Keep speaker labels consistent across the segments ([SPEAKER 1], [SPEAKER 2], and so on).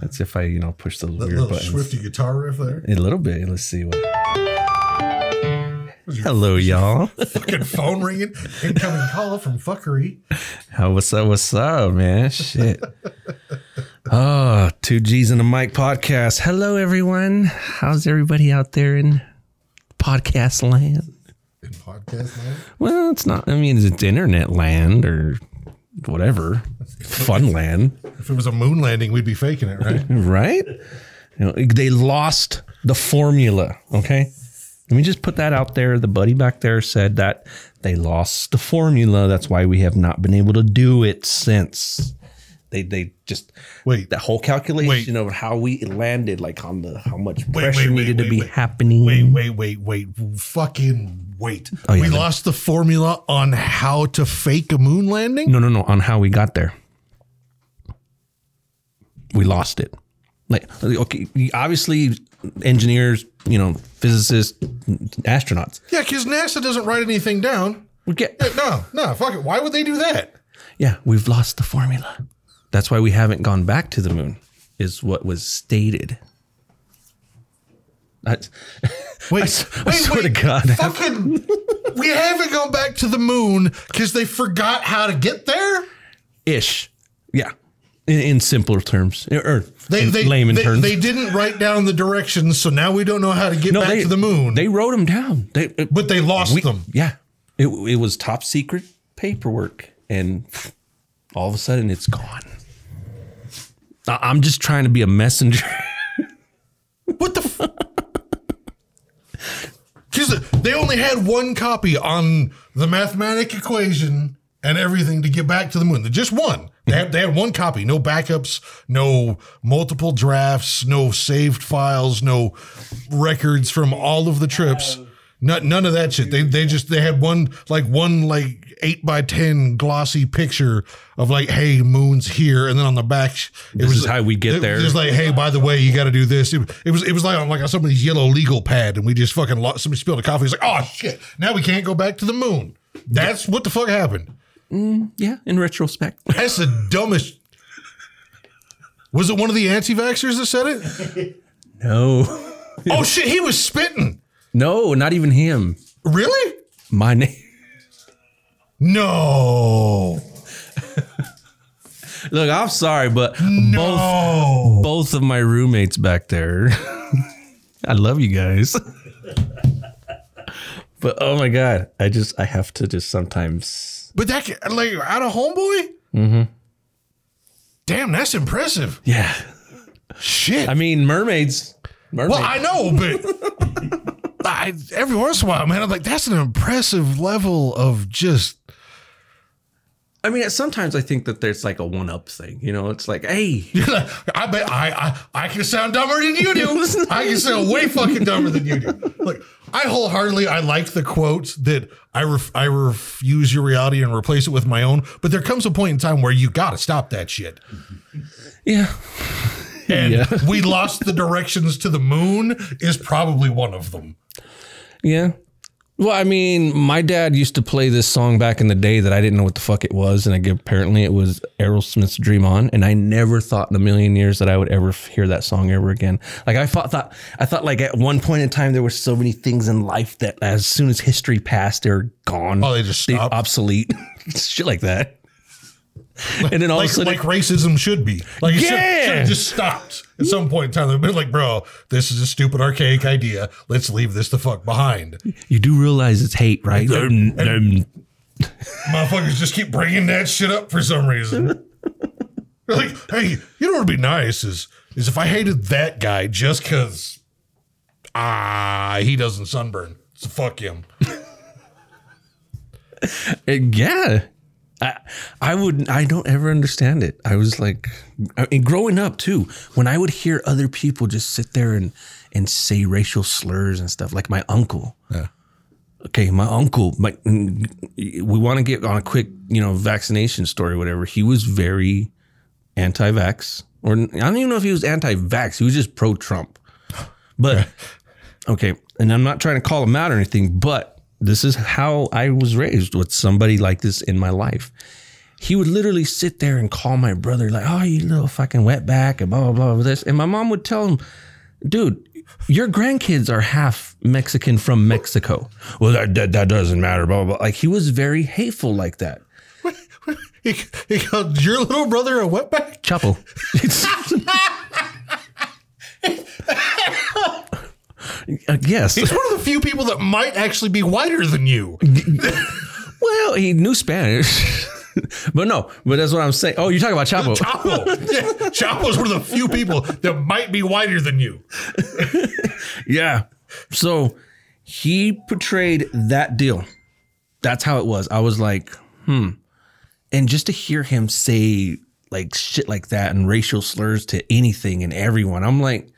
[SPEAKER 1] That's if I, you know, push those
[SPEAKER 2] That
[SPEAKER 1] weird
[SPEAKER 2] little
[SPEAKER 1] buttons.
[SPEAKER 2] swifty guitar riff there.
[SPEAKER 1] A little bit. Let's see what.
[SPEAKER 2] Was your
[SPEAKER 1] Hello, y'all.
[SPEAKER 2] fucking phone ringing? Incoming call from fuckery.
[SPEAKER 1] How what's up? What's up, man? Shit. oh, two G's in the mic podcast. Hello, everyone. How's everybody out there in podcast land?
[SPEAKER 2] In podcast land.
[SPEAKER 1] Well, it's not. I mean, it's internet land or whatever, fun land,
[SPEAKER 2] If it was a moon landing, we'd be faking it, right?
[SPEAKER 1] right? You know, they lost the formula. Okay, let me just put that out there. The buddy back there said that they lost the formula. That's why we have not been able to do it since. They they just
[SPEAKER 2] Wait,
[SPEAKER 1] the whole calculation
[SPEAKER 2] Wait.
[SPEAKER 1] of how we landed, like on the how much
[SPEAKER 2] wait,
[SPEAKER 1] pressure
[SPEAKER 2] wait,
[SPEAKER 1] needed to
[SPEAKER 2] wait,
[SPEAKER 1] be
[SPEAKER 2] wait.
[SPEAKER 1] happening.
[SPEAKER 2] wait, wait, wait, wait. Fucking wait.
[SPEAKER 1] Oh, yeah,
[SPEAKER 2] we
[SPEAKER 1] the-
[SPEAKER 2] lost the formula on how to fake a moon landing?
[SPEAKER 1] No, no, no. On how we got there, we lost it. Like, okay, obviously, engineers, you know, physicists, astronauts.
[SPEAKER 2] Yeah, because NASA doesn't write anything down.
[SPEAKER 1] We get,
[SPEAKER 2] No, no, fuck it. Why would they do that?
[SPEAKER 1] yeah, we've lost the formula. That's why we haven't gone back to the moon. Is what was stated. That's,
[SPEAKER 2] Wait,
[SPEAKER 1] I swear to God.
[SPEAKER 2] Fucking, we haven't gone back to the moon because they forgot how to get there.
[SPEAKER 1] ish, yeah. In, in simpler terms, or- or
[SPEAKER 2] They
[SPEAKER 1] in
[SPEAKER 2] they,
[SPEAKER 1] layman
[SPEAKER 2] they,
[SPEAKER 1] terms,
[SPEAKER 2] they didn't write down the directions, so now we don't know how to get
[SPEAKER 1] No,
[SPEAKER 2] back
[SPEAKER 1] they-
[SPEAKER 2] to the moon.
[SPEAKER 1] they wrote them down. They, uh,
[SPEAKER 2] but they lost them.
[SPEAKER 1] Yeah. It, it was top secret paperwork. And all of a sudden, it's gone. I- I'm just trying to be a messenger.
[SPEAKER 2] What the? F- Because they only had one copy on the mathematic equation and everything to get back to the moon. Just one. They had, they had one copy. No backups. No multiple drafts. No saved files. No records from all of the trips. Not, none of that shit. They they just they had one like one like eight by ten glossy picture of like hey moon's here and then on the back it
[SPEAKER 1] This is how we get
[SPEAKER 2] it-
[SPEAKER 1] there.
[SPEAKER 2] Just like, hey, by the way, you got to do this. It, it was it was like on like on somebody's yellow legal pad, and we just fucking lost, somebody spilled a coffee. It's like, oh shit, now we can't go back to the moon. That's what the fuck happened.
[SPEAKER 1] yeah, in retrospect.
[SPEAKER 2] That's the dumbest. Was it one of the anti-vaxxers that said it?
[SPEAKER 1] No.
[SPEAKER 2] Oh shit, he was spitting.
[SPEAKER 1] No, not even him.
[SPEAKER 2] Really?
[SPEAKER 1] My name.
[SPEAKER 2] No.
[SPEAKER 1] Look, I'm sorry, but
[SPEAKER 2] No.
[SPEAKER 1] both both of my roommates back there. I love you guys. but oh my god, I just I have to just sometimes
[SPEAKER 2] But that ca- like out of homeboy. Mm-hmm. Damn, that's impressive.
[SPEAKER 1] Yeah.
[SPEAKER 2] Shit.
[SPEAKER 1] I mean, mermaids. Mermaids.
[SPEAKER 2] Well, I know, but I, every once in a while, man, I'm like, that's an impressive level of just.
[SPEAKER 1] I mean, sometimes I think that there's like a one up thing. You know, it's like, hey,
[SPEAKER 2] I bet I, I I can sound dumber than you do. I can sound way fucking dumber than you do. Like I wholeheartedly I like the quote that I ref, I refuse your reality and replace it with my own. But there comes a point in time where you got to stop that shit.
[SPEAKER 1] yeah,
[SPEAKER 2] And
[SPEAKER 1] Yeah.
[SPEAKER 2] we lost the directions to the moon is probably one of them.
[SPEAKER 1] yeah. Well, I mean, my dad used to play this song back in the day that I didn't know what the fuck it was, and I, gu- apparently it was Aerosmith's "Dream On," and I never thought in a million years that I would ever f- hear that song ever again. Like I thought, thought I thought like at one point in time there were so many things in life that as soon as history passed, they're gone,
[SPEAKER 2] Oh, they just
[SPEAKER 1] they
[SPEAKER 2] stopped.
[SPEAKER 1] obsolete, shit like that. And then all
[SPEAKER 2] like,
[SPEAKER 1] of a sudden,
[SPEAKER 2] like racism should be. Like it
[SPEAKER 1] Yeah.
[SPEAKER 2] should, should have just stopped at some point in time. They've been like, bro, this is a stupid archaic idea. Let's leave this the fuck behind.
[SPEAKER 1] you do realize it's hate, right?
[SPEAKER 2] Motherfuckers just keep bringing that shit up for some reason. They're like, hey, you know what would be nice is is if I hated that guy just because ah he doesn't sunburn. So fuck him.
[SPEAKER 1] Uh, yeah. I, I would I don't ever understand it. I was like I mean, growing up too, when I would hear other people just sit there and and say racial slurs and stuff, like my uncle.
[SPEAKER 2] Yeah.
[SPEAKER 1] Okay, my uncle, my we want to get on a quick, you know, vaccination story, whatever. He was very anti-vax, or I don't even know if he was anti-vax. He was just pro-Trump. But okay, and I'm not trying to call him out or anything, but this is how I was raised with somebody like this in my life. he would literally sit there and call my brother like, "Oh, you little fucking wetback," and blah blah blah. This, and my mom would tell him, "Dude, your grandkids are half Mexican from Mexico." well, that, that that doesn't matter. Blah blah. blah. Like he was very hateful like that.
[SPEAKER 2] He, he called your little brother a wetback?
[SPEAKER 1] Chapo. Uh, yes.
[SPEAKER 2] He's one of the few people that might actually be whiter than you.
[SPEAKER 1] Well, he knew Spanish. but no, but that's what I'm saying. Oh, you're talking about Chapo.
[SPEAKER 2] Chapo. Yeah, Chapo's one of the few people that might be whiter than you.
[SPEAKER 1] Yeah. So he portrayed that deal. That's how it was. I was like, hmm. And just to hear him say like shit like that and racial slurs to anything and everyone, I'm like,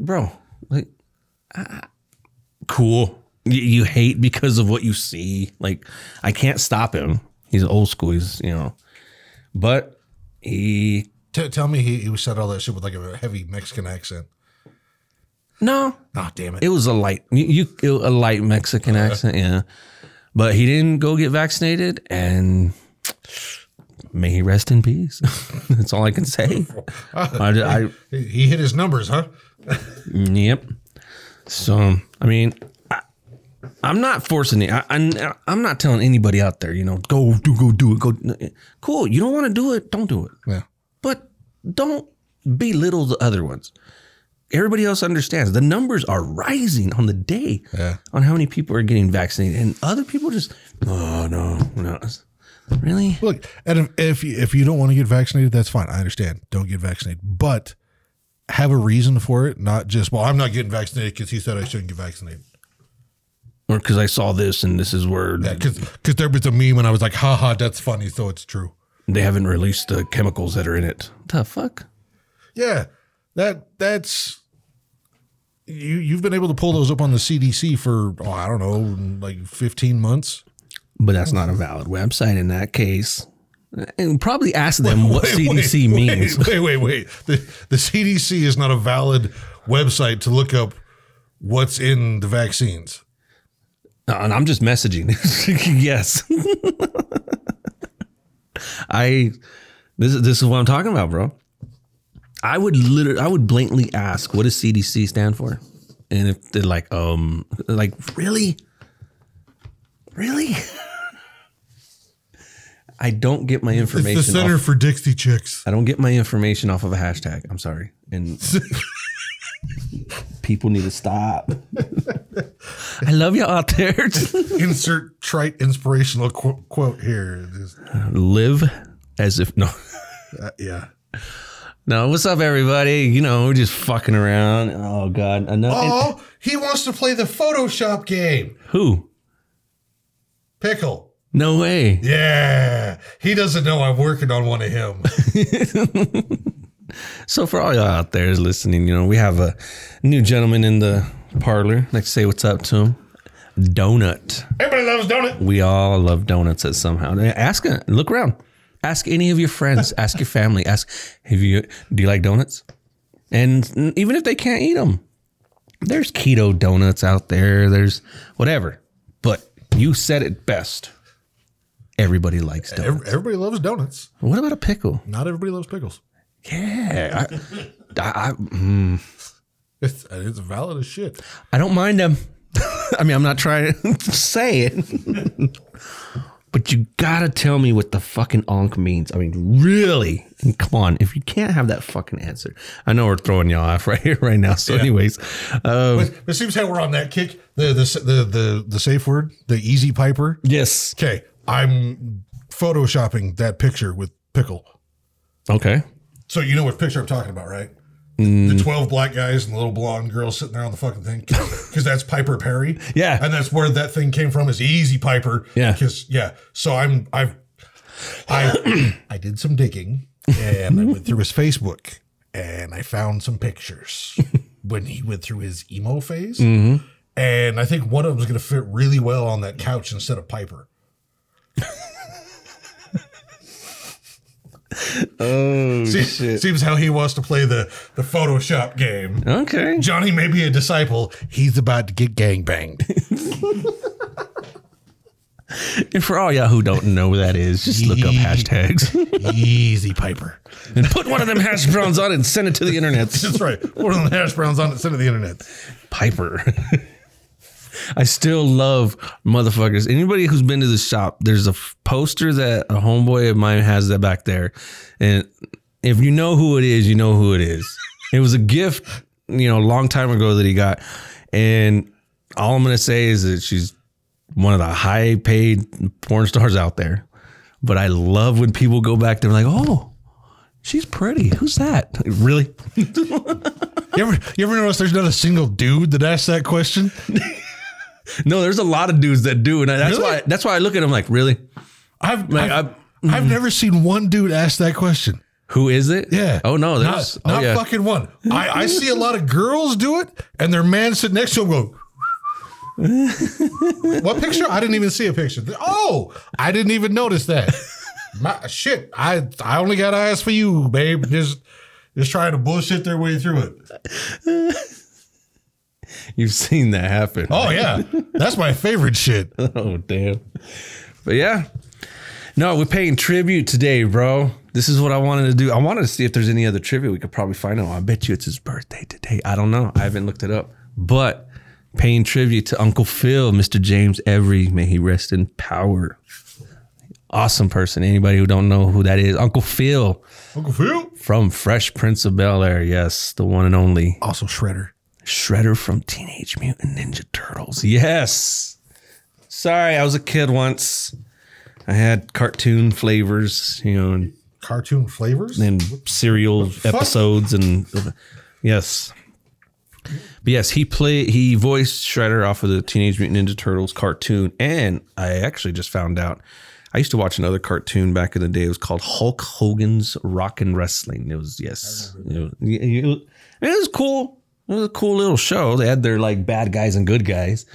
[SPEAKER 1] bro, like, ah, cool. You, you hate because of what you see. Like, I can't stop him. He's old school. He's, you know, but he,
[SPEAKER 2] T- tell me he, he said all that shit with like a heavy Mexican accent.
[SPEAKER 1] no,
[SPEAKER 2] Ah, damn it.
[SPEAKER 1] It was a light, you, you a light Mexican accent, yeah. But he didn't go get vaccinated, and may he rest in peace. That's all I can say. I, ju- I-
[SPEAKER 2] He- He hit his numbers, huh?
[SPEAKER 1] yep. So I mean, I, I'm not forcing it. I, I, I'm not telling anybody out there, you know, go do go do it. Go, cool. You don't want to do it, don't do it
[SPEAKER 2] Yeah.
[SPEAKER 1] but don't belittle the other ones. Everybody else understands the numbers are rising on the day
[SPEAKER 2] Yeah.
[SPEAKER 1] on how many people are getting vaccinated, and other people just, oh no, no, really?
[SPEAKER 2] Look, and if if you, if you don't want to get vaccinated, that's fine. I understand. Don't get vaccinated, but have a reason for it, not just well, I'm not getting vaccinated because he said I shouldn't get vaccinated.
[SPEAKER 1] Or because I saw this and this is where
[SPEAKER 2] Because there was a meme and I was like, haha, that's funny, so it's true.
[SPEAKER 1] they haven't released the chemicals that are in it. The fuck?
[SPEAKER 2] Yeah, that that's you. You've been able to pull those up on the CDC for oh, I don't know, like 15 months.
[SPEAKER 1] But that's not a valid website in that case. And probably ask them what CDC
[SPEAKER 2] wait,
[SPEAKER 1] means.
[SPEAKER 2] Wait, wait, wait. The, the CDC is not a valid website to look up what's in the vaccines.
[SPEAKER 1] Uh, and I'm just messaging. yes. I this is this is what I'm talking about, bro. I would literally I would blatantly ask, what does CDC stand for? And if they're like, um, like really? Really? I don't get my
[SPEAKER 2] It's
[SPEAKER 1] information.
[SPEAKER 2] the Center
[SPEAKER 1] Off,
[SPEAKER 2] for Dixie Chicks.
[SPEAKER 1] I don't get my information off of a hashtag. I'm sorry. And people need to stop. I love you out there.
[SPEAKER 2] Insert trite inspirational qu- quote here. Just-
[SPEAKER 1] live as if no
[SPEAKER 2] uh, yeah.
[SPEAKER 1] no what's up everybody you know we're just fucking around oh god another
[SPEAKER 2] Oh, he wants to play the Photoshop game.
[SPEAKER 1] who
[SPEAKER 2] Pickle.
[SPEAKER 1] no way
[SPEAKER 2] Yeah. He doesn't know I'm working on one of him.
[SPEAKER 1] so for all y'all out there listening you know we have a new gentleman in the parlor like say what's up to him donut
[SPEAKER 2] Everybody loves donut.
[SPEAKER 1] we all love donuts at somehow ask look around ask any of your friends ask your family ask have you do you like donuts and even if they can't eat them there's keto donuts out there there's whatever but you said it best everybody likes donuts
[SPEAKER 2] Ev- Everybody loves donuts.
[SPEAKER 1] what about a pickle
[SPEAKER 2] Not everybody loves pickles.
[SPEAKER 1] yeah i, I, I,
[SPEAKER 2] It's, it's valid as shit.
[SPEAKER 1] I don't mind them i mean i'm not trying to say it but you gotta tell me what the fucking onk means. I mean, really? And come on, if you can't have that fucking answer, I know we're throwing y'all off right here, right now. So, anyways, um,
[SPEAKER 2] But it seems how we're on that kick. The the the the, the safe word, the easy piper.
[SPEAKER 1] yes,
[SPEAKER 2] Okay, I'm photoshopping that picture with pickle.
[SPEAKER 1] okay,
[SPEAKER 2] So you know what picture I'm talking about, right?
[SPEAKER 1] Mm.
[SPEAKER 2] The twelve black guys and the little blonde girl sitting there on the fucking thing, because that's Piper Perry.
[SPEAKER 1] Yeah.
[SPEAKER 2] and that's where that thing came from is Easy Piper.
[SPEAKER 1] Yeah.
[SPEAKER 2] because yeah. So I'm I've I I did some digging and I went through his Facebook and I found some pictures when he went through his emo phase,
[SPEAKER 1] Mm-hmm.
[SPEAKER 2] and I think one of them is going to fit really well on that couch instead of Piper.
[SPEAKER 1] oh
[SPEAKER 2] See- Seems how he wants to play the the Photoshop game.
[SPEAKER 1] okay,
[SPEAKER 2] Johnny may be a disciple. He's about to get gangbanged.
[SPEAKER 1] And for all y'all who don't know who that is, just look up hashtags
[SPEAKER 2] Easy Piper.
[SPEAKER 1] and put one of them hash browns on it and send it to the internet.
[SPEAKER 2] That's right. One of the hash browns on the center of the internet.
[SPEAKER 1] Piper. I still love motherfuckers. Anybody who's been to the shop, there's a f- poster that a homeboy of mine has that back there. And if you know who it is, you know who it is. It was a gift, you know, a long time ago that he got. And all I'm going to say is that she's one of the high paid porn stars out there. But I love when people go back there like, oh, she's pretty. Who's that? Really?
[SPEAKER 2] You ever, you ever notice there's not a single dude that asks that question?
[SPEAKER 1] No, there's a lot of dudes that do, and I, that's
[SPEAKER 2] Really?
[SPEAKER 1] why that's why I look at them like, really,
[SPEAKER 2] I've
[SPEAKER 1] Like,
[SPEAKER 2] I've,
[SPEAKER 1] I- mm-hmm.
[SPEAKER 2] I've never seen one dude ask that question.
[SPEAKER 1] who is it?
[SPEAKER 2] Yeah.
[SPEAKER 1] Oh no,
[SPEAKER 2] not,
[SPEAKER 1] there's oh
[SPEAKER 2] not
[SPEAKER 1] yeah.
[SPEAKER 2] fucking one. I, I see a lot of girls do it, and their man sitting next to them go. what picture? I didn't even see a picture. Oh, I didn't even notice that. My shit. I I only got eyes for you, babe. Just just trying to bullshit their way through it.
[SPEAKER 1] You've seen that happen.
[SPEAKER 2] Oh yeah, that's my favorite shit.
[SPEAKER 1] Oh, damn. But yeah. No, we're paying tribute today, bro. This is what I wanted to do. I wanted to see if there's any other tribute we could probably find out. I bet you it's his birthday today. I don't know. I haven't looked it up. But paying tribute to Uncle Phil, Mr. James Every. May he rest in power. Awesome person. Anybody who don't know who that is, Uncle Phil
[SPEAKER 2] Uncle Phil,
[SPEAKER 1] from Fresh Prince of Bel Air. Yes, the one and only.
[SPEAKER 2] also Shredder.
[SPEAKER 1] Shredder from Teenage Mutant Ninja Turtles. Yes. Sorry, I was a kid once. I had cartoon flavors, you know, and,
[SPEAKER 2] Cartoon flavors.
[SPEAKER 1] and serial episodes, and yes, but yes, he played. He voiced Shredder off of the Teenage Mutant Ninja Turtles cartoon, and I actually just found out. I used to watch another cartoon back in the day. It was called Hulk Hogan's Rock and Wrestling. It was yes, it was, it was- it was cool. It was a cool little show. They had their like bad guys and good guys,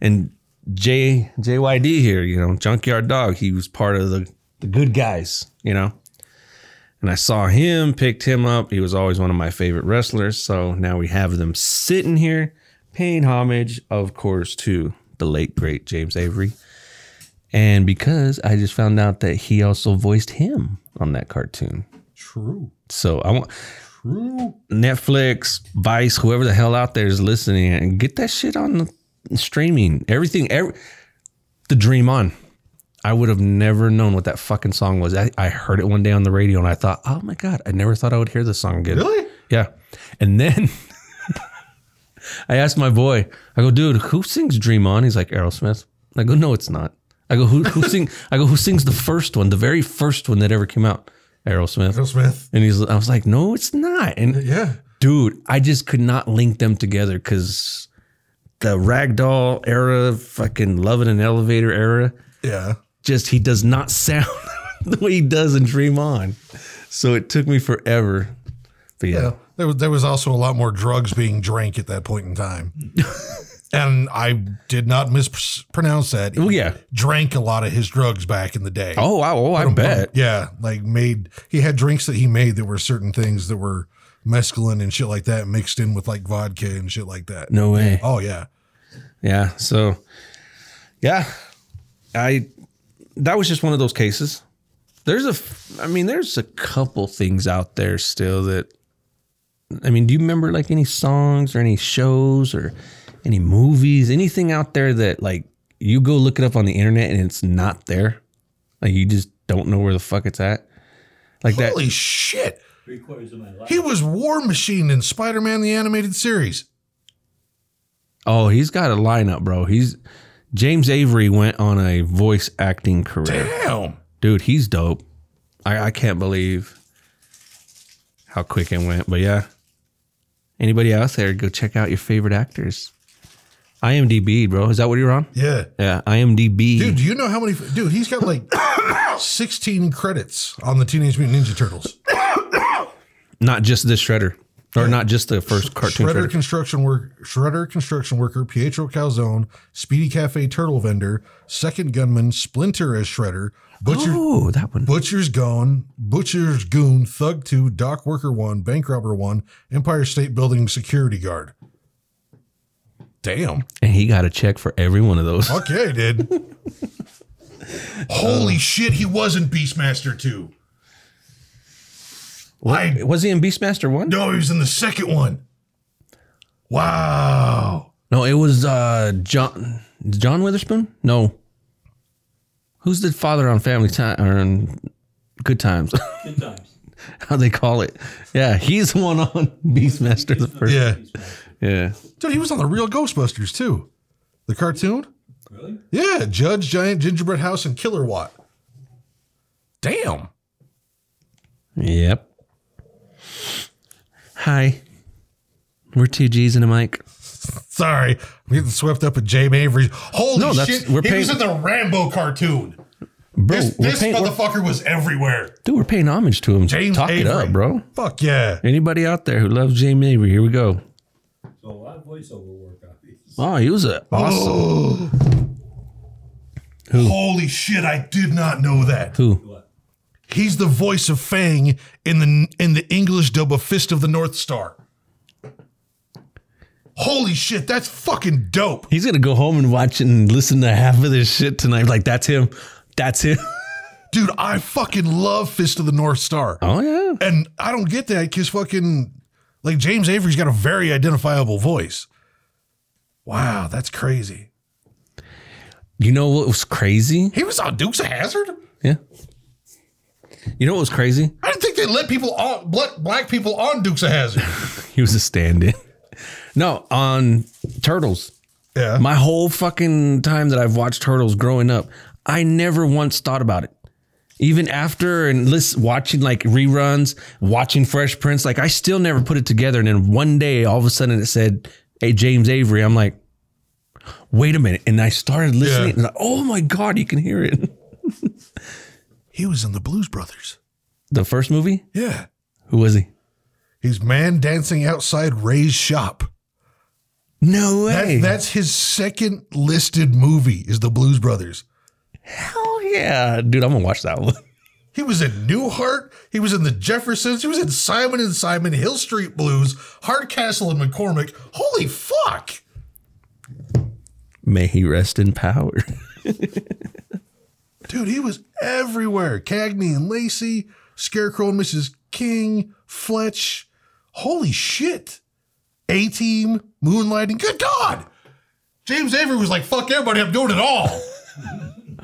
[SPEAKER 1] and J JYD here, you know, Junkyard Dog. He was part of the the good guys, you know. And I saw him, picked him up. He was always one of my favorite wrestlers. So now we have them sitting here paying homage, of course, to the late, great James Avery. And because I just found out that he also voiced him on that cartoon.
[SPEAKER 2] True.
[SPEAKER 1] So I want
[SPEAKER 2] True.
[SPEAKER 1] Netflix, Vice, whoever the hell out there is listening, and get that shit on the streaming. Everything, every, the dream on. I would have never known what that fucking song was. I, I heard it one day on the radio and I thought, oh my God, I never thought I would hear this song again.
[SPEAKER 2] Really?
[SPEAKER 1] Yeah. And then I asked my boy, I go, dude, who sings Dream On? He's like, Aerosmith. I go, no, it's not. I go, who, who sing? I go, who sings the first one, the very first one that ever came out? Aerosmith.
[SPEAKER 2] Will Smith.
[SPEAKER 1] And he's, I was like, no, it's not. And
[SPEAKER 2] Yeah.
[SPEAKER 1] dude, I just could not link them together because the ragdoll era, fucking love in an elevator era,
[SPEAKER 2] Yeah.
[SPEAKER 1] just he does not sound the way he does in Dream On. So it took me forever. But yeah,
[SPEAKER 2] Yeah. There was there was also a lot more drugs being drank at that point in time. and I did not mispronounce that. Well,
[SPEAKER 1] yeah.
[SPEAKER 2] Drank a lot of his drugs back in the day.
[SPEAKER 1] Oh wow! Oh, I bet.
[SPEAKER 2] Yeah. Like made he had drinks that he made that were certain things that were mescaline and shit like that mixed in with like vodka and shit like that.
[SPEAKER 1] No way.
[SPEAKER 2] Oh yeah.
[SPEAKER 1] Yeah. So, yeah, I that was just one of those cases. There's a, f- I mean, there's a couple things out there still that, I mean, do you remember like any songs or any shows or any movies, anything out there that like you go look it up on the internet and it's not there, like you just don't know where the fuck it's at, like that.
[SPEAKER 2] Holy shit.
[SPEAKER 3] Three quarters of my life.
[SPEAKER 2] He was War Machine in Spider Man the animated series.
[SPEAKER 1] Oh, he's got a lineup, bro. He's James Avery went on a voice acting career.
[SPEAKER 2] Damn.
[SPEAKER 1] Dude, he's dope. I, I can't believe how quick it went. But yeah. Anybody out there, go check out your favorite actors. IMDb, bro. Is that what you're on?
[SPEAKER 2] Yeah.
[SPEAKER 1] Yeah, IMDb.
[SPEAKER 2] Dude, do you know how many? Dude, he's got like 16 credits on the Teenage Mutant Ninja Turtles.
[SPEAKER 1] Not just the Shredder. Or not just the first cartoon
[SPEAKER 2] Shredder,
[SPEAKER 1] Shredder.
[SPEAKER 2] construction work, Shredder construction worker Pietro Calzone, Speedy Cafe turtle vendor, second gunman Splinter as Shredder, butcher
[SPEAKER 1] Oh, that one.
[SPEAKER 2] butcher's gone, butcher's goon, thug two, dock worker one, bank robber one, Empire State Building security guard. Damn.
[SPEAKER 1] And he got a check for every one of those.
[SPEAKER 2] Okay, dude.
[SPEAKER 1] Um,
[SPEAKER 2] Holy shit, he was in Beastmaster 2. I
[SPEAKER 1] Was he in Beastmaster one?
[SPEAKER 2] No, he was in the second one. Wow.
[SPEAKER 1] No, it was uh, John John Witherspoon. No, who's the father on Family Time or on Good Times?
[SPEAKER 3] Good times.
[SPEAKER 1] How they call it? Yeah, he's the one on Beastmaster the first.
[SPEAKER 2] Yeah.
[SPEAKER 1] Yeah,
[SPEAKER 2] Dude, he was on the real Ghostbusters too. The cartoon?
[SPEAKER 3] Really?
[SPEAKER 2] Yeah, Judge, Giant Gingerbread House, and Killer Watt. Damn.
[SPEAKER 1] Yep. Hi. We're two G's and a mic.
[SPEAKER 2] Sorry. I'm getting swept up with Jay Avery. Holy
[SPEAKER 1] No, that's-
[SPEAKER 2] shit.
[SPEAKER 1] we're
[SPEAKER 2] he was in
[SPEAKER 1] paying-
[SPEAKER 2] the Rambo cartoon.
[SPEAKER 1] Bro,
[SPEAKER 2] This,
[SPEAKER 1] we're
[SPEAKER 2] this
[SPEAKER 1] paying, we're-
[SPEAKER 2] motherfucker was everywhere.
[SPEAKER 1] dude, we're paying homage to him.
[SPEAKER 2] James
[SPEAKER 1] Talk it
[SPEAKER 2] Avery.
[SPEAKER 1] up, bro.
[SPEAKER 2] Fuck yeah.
[SPEAKER 1] Anybody out there who loves James Avery, here we go.
[SPEAKER 3] So a lot of voiceover work on these.
[SPEAKER 1] Oh, he was a awesome.
[SPEAKER 2] Holy shit, I did not know that.
[SPEAKER 1] Who?
[SPEAKER 3] What?
[SPEAKER 2] He's the voice of Fang in the in the English dub of Fist of the North Star. Holy shit, that's fucking dope.
[SPEAKER 1] He's gonna go home and watch and listen to half of this shit tonight. Like that's him. That's him.
[SPEAKER 2] Dude, I fucking love Fist of the North Star.
[SPEAKER 1] Oh yeah.
[SPEAKER 2] And I don't get that because fucking like James Avery's got a very identifiable voice. Wow, that's crazy.
[SPEAKER 1] You know what was crazy?
[SPEAKER 2] He was on Dukes of Hazard.
[SPEAKER 1] Yeah. You know what was crazy?
[SPEAKER 2] I didn't think they let people on let black people on Dukes of Hazard.
[SPEAKER 1] He was a stand-in. No, on Turtles.
[SPEAKER 2] Yeah.
[SPEAKER 1] My whole fucking time that I've watched Turtles growing up, I never once thought about it. Even after and list, watching like reruns, watching Fresh Prince, like I still never put it together. And then one day, all of a sudden, it said, "Hey, James Avery." I'm like, "Wait a minute!" And I started listening.
[SPEAKER 2] Yeah.
[SPEAKER 1] And like, oh my god, you can hear it.
[SPEAKER 2] he was in the Blues Brothers.
[SPEAKER 1] The first movie,
[SPEAKER 2] Yeah.
[SPEAKER 1] who was he?
[SPEAKER 2] He's man dancing outside Ray's shop.
[SPEAKER 1] No
[SPEAKER 2] That,
[SPEAKER 1] way.
[SPEAKER 2] That's his second listed movie is the Blues Brothers.
[SPEAKER 1] Hell yeah, dude! I'm gonna watch that one.
[SPEAKER 2] He was in Newhart. He was in the Jeffersons. He was in Simon and Simon, Hill Street Blues, Hardcastle and McCormick. Holy fuck!
[SPEAKER 1] May he rest in power.
[SPEAKER 2] Dude, he was everywhere. Cagney and Lacey, Scarecrow and Mrs. King, Fletch. Holy shit. A Team, Moonlighting. Good God! James Avery was like, fuck everybody, I'm doing it all.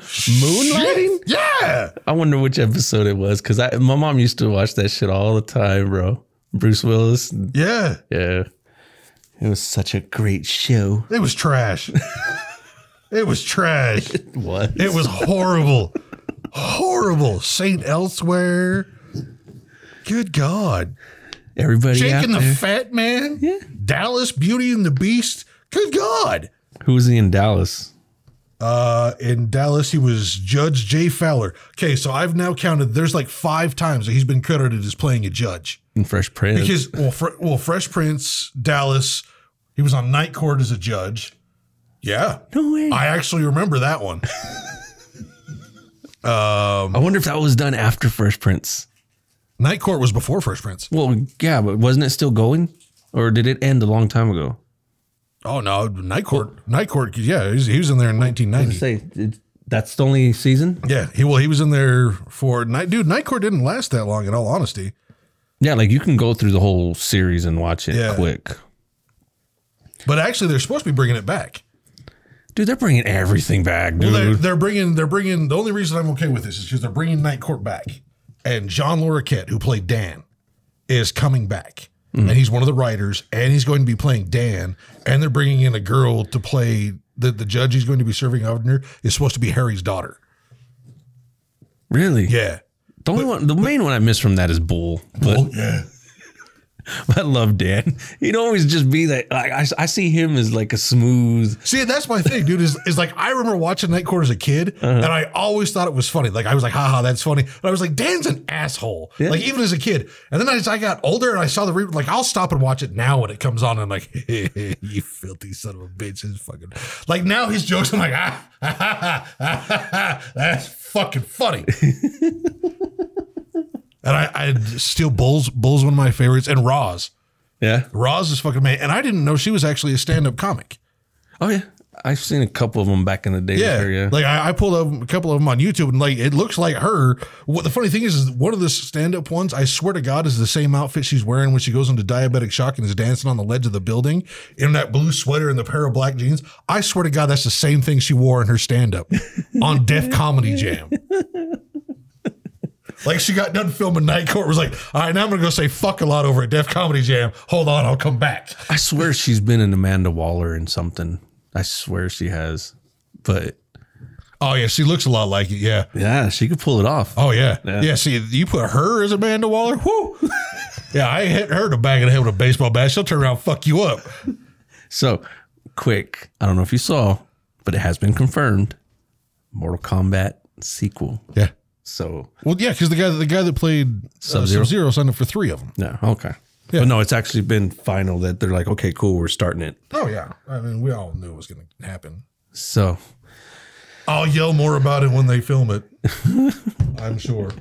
[SPEAKER 1] Moonlighting.
[SPEAKER 2] yeah!
[SPEAKER 1] I wonder which episode it was because I my mom used to watch that shit all the time, bro. Bruce Willis,
[SPEAKER 2] Yeah.
[SPEAKER 1] yeah, it was such a great show.
[SPEAKER 2] It was trash. it was trash.
[SPEAKER 1] What?
[SPEAKER 2] It was horrible. horrible. Saint Elsewhere. Good God.
[SPEAKER 1] Everybody
[SPEAKER 2] Jake
[SPEAKER 1] out
[SPEAKER 2] and the
[SPEAKER 1] there.
[SPEAKER 2] Fat Man. Dallas, Beauty and the Beast. Good God.
[SPEAKER 1] Who was he in Dallas?
[SPEAKER 2] Uh, in Dallas, he was Judge Jay Fowler. Okay, so I've now counted. There's like five times that he's been credited as playing a judge.
[SPEAKER 1] In Fresh Prince.
[SPEAKER 2] Because well, Fre- well, Fresh Prince, Dallas, he was on Night Court as a judge. Yeah,
[SPEAKER 1] no way. I,
[SPEAKER 2] I actually remember that one.
[SPEAKER 1] wonder if that was done after Fresh Prince.
[SPEAKER 2] Night Court was before Fresh Prince.
[SPEAKER 1] Well, yeah, but wasn't it still going, or did it end a long time ago?
[SPEAKER 2] Oh no, Night Court. Night Court. Yeah, he was, he was in there in 1990.
[SPEAKER 1] Say it- that's the only season.
[SPEAKER 2] Yeah, he well he was in there for night. Dude, Night Court didn't last that long. In all honesty,
[SPEAKER 1] Yeah, like you can go through the whole series and watch it
[SPEAKER 2] Yeah.
[SPEAKER 1] quick.
[SPEAKER 2] but actually they're supposed to be bringing it back.
[SPEAKER 1] Dude, they're bringing everything back, dude.
[SPEAKER 2] Well, they're, they're bringing they're bringing. The only reason I'm okay with this is because they're bringing Night Court back, and John Lorriquette, who played Dan, is coming back, and he's one of the writers, and he's going to be playing Dan, and they're bringing in a girl to play the the judge he's going to be serving out under is supposed to be Harry's daughter.
[SPEAKER 1] really?
[SPEAKER 2] Yeah.
[SPEAKER 1] The only one, the main one I miss from that is Bull. But
[SPEAKER 2] Oh yeah.
[SPEAKER 1] I love Dan. He'd always just be that. Like I, I see him as like a smooth.
[SPEAKER 2] See, that's my thing, dude. Is, is like I remember watching Night Court as a kid, and I always thought it was funny. Like I was like, haha, that's funny. And I was like, Dan's an asshole. Like even as a kid. And then as I got older and I saw the re- like I'll stop and watch it now when it comes on. And I'm like, you filthy son of a bitch. It's fucking like now his jokes. I'm like, ah, ha, ha, ha, ha, ha, that's fucking funny. and I, I still Bulls Bulls one of my favorites, and Roz.
[SPEAKER 1] Yeah.
[SPEAKER 2] Roz is fucking man. And I didn't know she was actually a stand up comic.
[SPEAKER 1] Oh yeah. I've seen a couple of them back in the day.
[SPEAKER 2] Yeah,
[SPEAKER 1] there, yeah.
[SPEAKER 2] like I, I pulled up a couple of them on YouTube, and like it looks like her. What the funny thing is, is one of the stand-up ones. I swear to God, is the same outfit she's wearing when she goes into diabetic shock and is dancing on the ledge of the building in that blue sweater and the pair of black jeans. I swear to God, that's the same thing she wore in her stand-up on Deaf Comedy Jam. Like she got done filming Night Court, was like, all right, now I'm gonna go say fuck a lot over at Def Comedy Jam. Hold on, I'll come back.
[SPEAKER 1] I swear she's been in Amanda Waller and something. I swear she has. But
[SPEAKER 2] Oh yeah, she looks a lot like it. Yeah.
[SPEAKER 1] yeah, she could pull it off.
[SPEAKER 2] Oh yeah. yeah, See, you put her as Amanda Waller. Whoo. yeah, I hit her in the back of the head with a baseball bat. She'll turn around, and fuck you up.
[SPEAKER 1] So, quick, I don't know if you saw, but it has been confirmed Mortal Kombat sequel.
[SPEAKER 2] Yeah.
[SPEAKER 1] So,
[SPEAKER 2] Well, yeah, because the guy the guy that played Sub
[SPEAKER 1] Sub-Zero.
[SPEAKER 2] Zero signed up for three of them.
[SPEAKER 1] no, okay. But no, it's actually been final that they're like, okay, cool, we're starting it.
[SPEAKER 2] Oh yeah, I mean, we all knew it was going to happen.
[SPEAKER 1] So,
[SPEAKER 2] I'll yell more about it when they film it. I'm sure.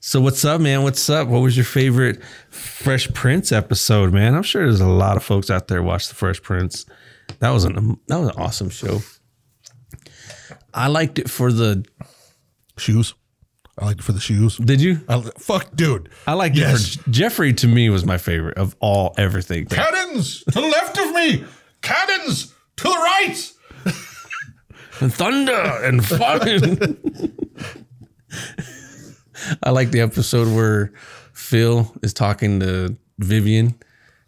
[SPEAKER 1] so what's up, man? What's up? What was your favorite Fresh Prince episode, man? I'm sure there's a lot of folks out there watch the Fresh Prince. That was an that was an awesome show. I liked it for the.
[SPEAKER 2] Shoes. I liked it for the shoes.
[SPEAKER 1] Did you?
[SPEAKER 2] I, fuck, dude.
[SPEAKER 1] I liked
[SPEAKER 2] Yes.
[SPEAKER 1] it for Jeffrey. To me, was my favorite of all everything.
[SPEAKER 2] Cannons to the left of me. Cannons to the right.
[SPEAKER 1] thunder and fucking. I like the episode where Phil is talking to Vivian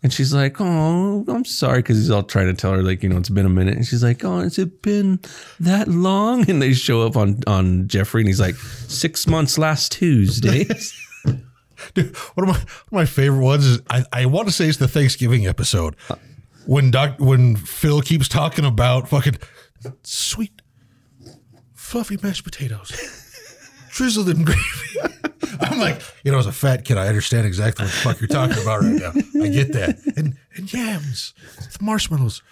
[SPEAKER 1] and she's like, Oh, I'm sorry. Cause he's all trying to tell her, like, you know, it's been a minute. And she's like, Oh, has it been that long? And they show up on, on Jeffrey and he's like, Six months last Tuesday.
[SPEAKER 2] Dude, one of my one of my favorite ones is I, I want to say it's the Thanksgiving episode when Doc when Phil keeps talking about fucking sweet fluffy mashed potatoes drizzled in gravy. I'm like, you know, as a fat kid, I understand exactly what the fuck you're talking about right now. I get that. And and yams, the marshmallows,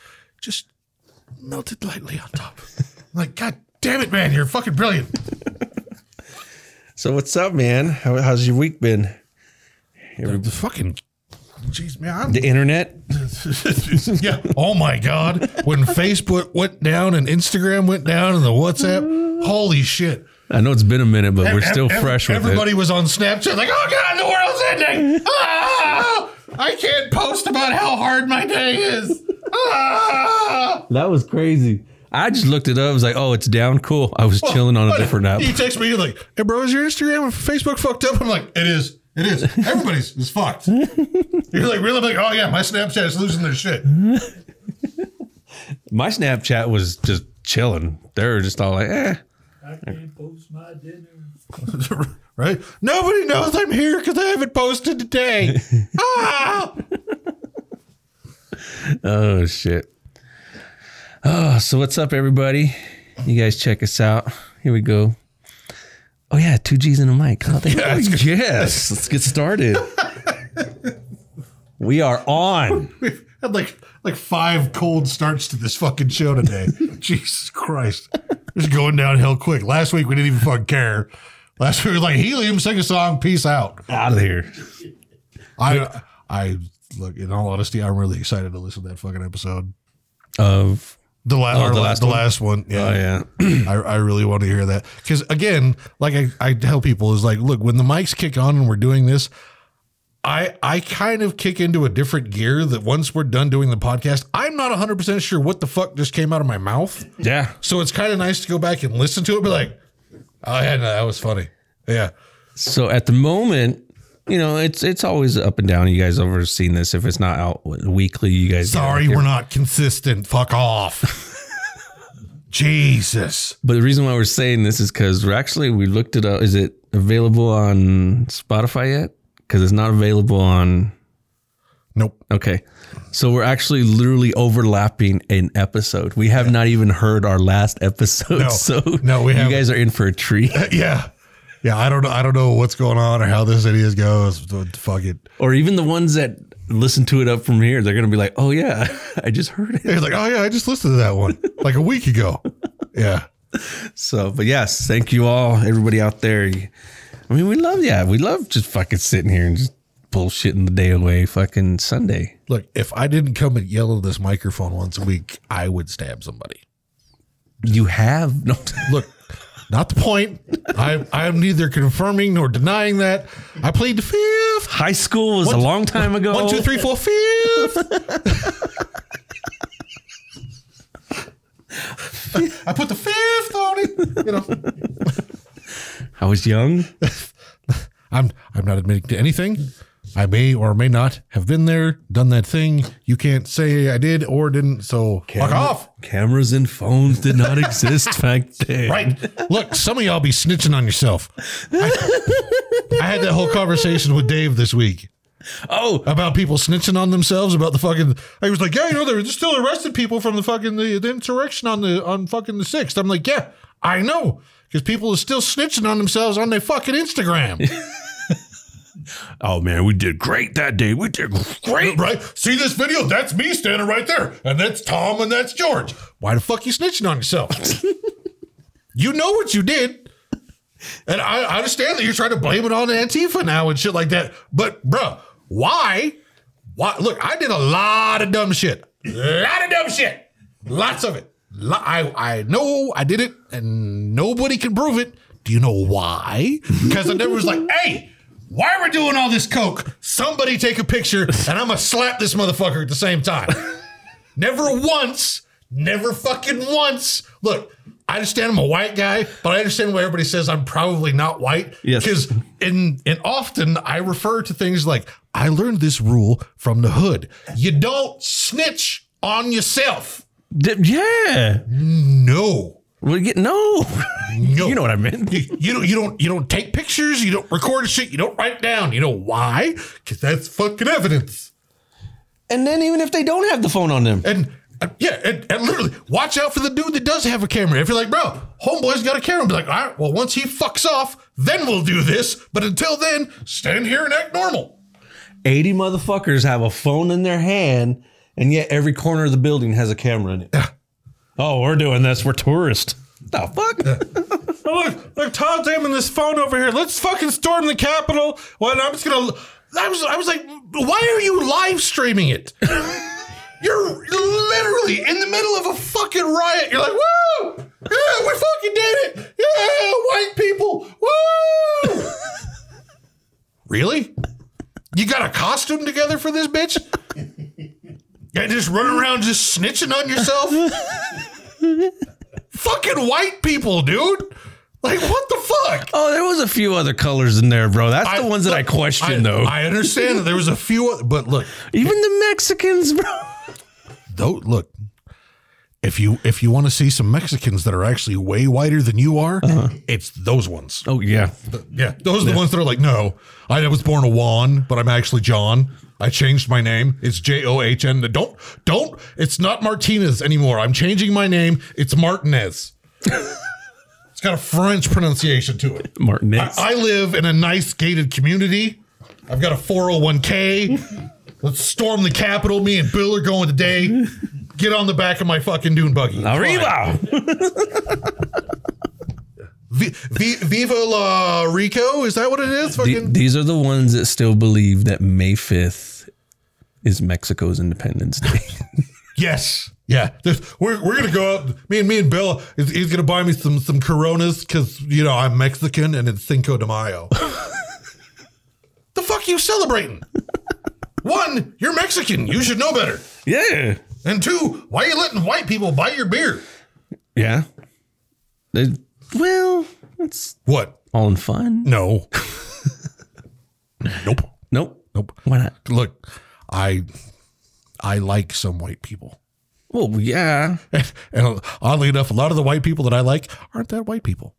[SPEAKER 2] just melted lightly on top. I'm like, God damn it, man, you're fucking brilliant.
[SPEAKER 1] so, what's up, man? How, how's your week been?
[SPEAKER 2] The fucking, jeez, man, I'm
[SPEAKER 1] The internet?
[SPEAKER 2] yeah. Oh my God. When Facebook went down and Instagram went down and the WhatsApp, holy shit.
[SPEAKER 1] I know it's been a minute, but we're still
[SPEAKER 2] Ev-
[SPEAKER 1] fresh with
[SPEAKER 2] Everybody was on Snapchat like, oh God, the world's ending. Ah, I can't post about how hard my day is. Ah.
[SPEAKER 1] it. That was crazy. I just looked it up. I was like, oh, it's down. Cool. I was chilling on Oh, a different app.
[SPEAKER 2] He texts me like, hey bro, is your Instagram and Facebook fucked up? I'm like, it is. It is. Everybody's is fucked. You're like, really? I'm like, oh yeah, my Snapchat is losing their shit.
[SPEAKER 1] My Snapchat was just chilling. They were just all like, eh.
[SPEAKER 3] I can't post my dinner.
[SPEAKER 2] right? Nobody knows I'm here because I haven't posted today. ah!
[SPEAKER 1] Oh, shit. Oh, so what's up, everybody? You guys check us out. Here we go. Oh, yeah, two G's in a mic. Oh, thank-
[SPEAKER 2] Yeah, it's good.
[SPEAKER 1] yes. Let's get started. we are on.
[SPEAKER 2] We've had like like five cold starts to this fucking show today. Jesus Christ. It's going downhill quick. Last week we didn't even fucking care. Last week we were like helium, sing a song, peace out.
[SPEAKER 1] Out of here.
[SPEAKER 2] I I look in all honesty, I'm really excited to listen to that fucking episode.
[SPEAKER 1] Of,
[SPEAKER 2] The, la-
[SPEAKER 1] Oh,
[SPEAKER 2] our
[SPEAKER 1] the
[SPEAKER 2] la-
[SPEAKER 1] last
[SPEAKER 2] the
[SPEAKER 1] one?
[SPEAKER 2] last one.
[SPEAKER 1] oh, yeah.
[SPEAKER 2] I, I really want to hear that because again, like I, I tell people is like, look, when the mics kick on and we're doing this, I I kind of kick into a different gear that once we're done doing the podcast, I'm not 100 percent sure what the fuck just came out of my mouth.
[SPEAKER 1] Yeah.
[SPEAKER 2] So it's kind of nice to go back and listen to it, and be like, oh yeah, no, that was funny. Yeah,
[SPEAKER 1] So at the moment, you know, it's it's always up and down. You guys over seen this. If it's not out weekly, you guys
[SPEAKER 2] sorry, we're not consistent. Fuck off. Jesus.
[SPEAKER 1] But the reason why we're saying this is because we're actually we looked it up. Is it available on Spotify yet? Because it's not available on.
[SPEAKER 2] Nope.
[SPEAKER 1] Okay, so we're actually literally overlapping an episode. We have not even heard our last episode,
[SPEAKER 2] No.
[SPEAKER 1] so
[SPEAKER 2] No, we
[SPEAKER 1] you
[SPEAKER 2] haven't.
[SPEAKER 1] guys are in for a treat.
[SPEAKER 2] Yeah. Yeah, I don't know. I don't know what's going on or how this idiot goes. but Fuck it.
[SPEAKER 1] or even the ones that listen to it up from here, they're gonna be like, "Oh yeah, I just heard it."
[SPEAKER 2] He's like, oh yeah, I just listened to that one like a week ago. Yeah,
[SPEAKER 1] So, but yes, thank you all, everybody out there. I mean, we love yeah, we love just fucking sitting here and just bullshitting the day away, fucking Sunday.
[SPEAKER 2] look, if I didn't come and yell at this microphone once a week, I would stab somebody.
[SPEAKER 1] You have no.
[SPEAKER 2] Look, not the point. I I am neither confirming nor denying that. I played the fifth.
[SPEAKER 1] High school was a long time ago.
[SPEAKER 2] One, two, three, four, fifth. I put the fifth on it. You know,
[SPEAKER 1] I was young.
[SPEAKER 2] I'm I'm not admitting to anything. I may or may not have been there, done that thing. You can't say I did or didn't. So fuck off.
[SPEAKER 1] Cameras and phones did not exist back then.
[SPEAKER 2] Right. Look, some of y'all be snitching on yourself. I, I had that whole conversation with Dave this week
[SPEAKER 1] Oh,
[SPEAKER 2] about people snitching on themselves about the fucking. I was like, yeah, you know, they're still arresting people from the fucking the, the insurrection on the on fucking the sixth. I'm like, yeah, I know, because people are still snitching on themselves on their fucking Instagram,
[SPEAKER 1] oh man, we did great that day. We did great.
[SPEAKER 2] right? See this video? That's me standing right there, and that's Tom, and that's George. Why the fuck you snitching on yourself? you know what you did. And I, I understand that you're trying to blame it on Antifa now and shit like that. But bruh, why? Why look, I did a lot of dumb shit. lot of dumb shit. Lots of it. Lo- I, I know I did it and nobody can prove it. Do you know why? Because I never was like, hey, why are we doing all this coke? Somebody take a picture and I'm gonna slap this motherfucker at the same time. Never once, never fucking once. Look, I understand I'm a white guy, but I understand why everybody says I'm probably not white.
[SPEAKER 1] Yes.
[SPEAKER 2] Because in and often I refer to things like, I learned this rule from the hood. You don't snitch on yourself.
[SPEAKER 1] D- yeah.
[SPEAKER 2] No.
[SPEAKER 1] We get no.
[SPEAKER 2] No.
[SPEAKER 1] You know what I meant.
[SPEAKER 2] You, you don't you don't you don't take pictures, you don't record shit, you don't write it down. You know why? Because that's fucking evidence.
[SPEAKER 1] And then even if they don't have the phone on them,
[SPEAKER 2] And uh, yeah, and, and literally, watch out for the dude that does have a camera. If you're like, bro, homeboy's got a camera, be like, all right, well, once he fucks off, then we'll do this. But until then, stand here and act normal.
[SPEAKER 1] eighty motherfuckers have a phone in their hand, and yet every corner of the building has a camera in it. oh, we're doing this. We're tourists. The fuck?
[SPEAKER 2] Oh, Look, look, Todd's aiming this phone over here. Let's fucking storm the Capitol. Well, I'm just gonna. I was, I was like, why are you live streaming it? You're literally in the middle of a fucking riot. You're like, woo! Yeah, we fucking did it! Yeah, white people! Woo! really? You got a costume together for this bitch? Yeah, just run around just snitching on yourself? Fucking white people, dude! Like, what the fuck?
[SPEAKER 1] oh, there was a few other colors in there, bro. That's the ones that I
[SPEAKER 2] look,
[SPEAKER 1] questioned,
[SPEAKER 2] I-
[SPEAKER 1] though.
[SPEAKER 2] I understand that there was a few, oth- but look,
[SPEAKER 1] even the Mexicans, bro.
[SPEAKER 2] though, look. If you if you want to see some Mexicans that are actually way whiter than you are, it's those ones.
[SPEAKER 1] Oh yeah.
[SPEAKER 2] Yeah, those are the ones that are like, no, I was born a Juan, but I'm actually John. I changed my name. It's J O H N. Don't don't. It's not Martinez anymore. I'm changing my name. It's Martinez. it's got a French pronunciation to it.
[SPEAKER 1] Martinez.
[SPEAKER 2] I live in a nice gated community. I've got a 401k. Let's storm the Capitol. Me and Bill are going today. Get on the back of my fucking dune buggy.
[SPEAKER 1] Arriba.
[SPEAKER 2] V- v- Viva la Rico? Is that what it is?
[SPEAKER 1] The-
[SPEAKER 2] Fucking
[SPEAKER 1] these are the ones that still believe that May 5th is Mexico's Independence Day.
[SPEAKER 2] yes. Yeah, There's, we're, we're gonna go up. Me and me and Bill, he's, he's gonna buy me some some Coronas because you know I'm Mexican and it's Cinco de Mayo. the fuck you celebrating? One, you're Mexican. You should know better.
[SPEAKER 1] yeah.
[SPEAKER 2] And two, why are you letting white people buy your beer?
[SPEAKER 1] Yeah. They, well, it's
[SPEAKER 2] What?
[SPEAKER 1] all in fun.
[SPEAKER 2] No. nope.
[SPEAKER 1] Nope.
[SPEAKER 2] Nope.
[SPEAKER 1] Why not?
[SPEAKER 2] Look, I I like some white people.
[SPEAKER 1] Well, yeah.
[SPEAKER 2] And oddly enough, a lot of the white people that I like aren't that white people.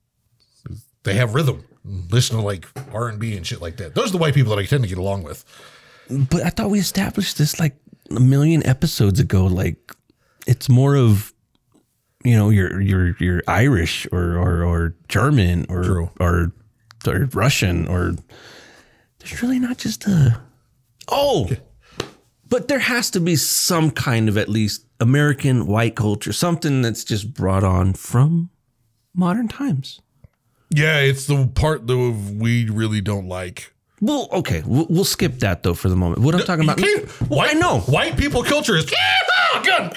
[SPEAKER 2] They have rhythm. Listen to like R and B and shit like that. Those are the white people that I tend to get along with.
[SPEAKER 1] But I thought we established this like a million episodes ago. Like it's more of you know, you're you're you're Irish or or, or German or,
[SPEAKER 2] True.
[SPEAKER 1] or or Russian or there's really not just a Oh but there has to be some kind of at least American white culture, something that's just brought on from modern times.
[SPEAKER 2] Yeah, it's the part that we really don't like.
[SPEAKER 1] Well, okay, we'll, we'll skip that though for the moment. What I'm talking about,
[SPEAKER 2] You can't-
[SPEAKER 1] well, I know,
[SPEAKER 2] White people culture is ah, gun.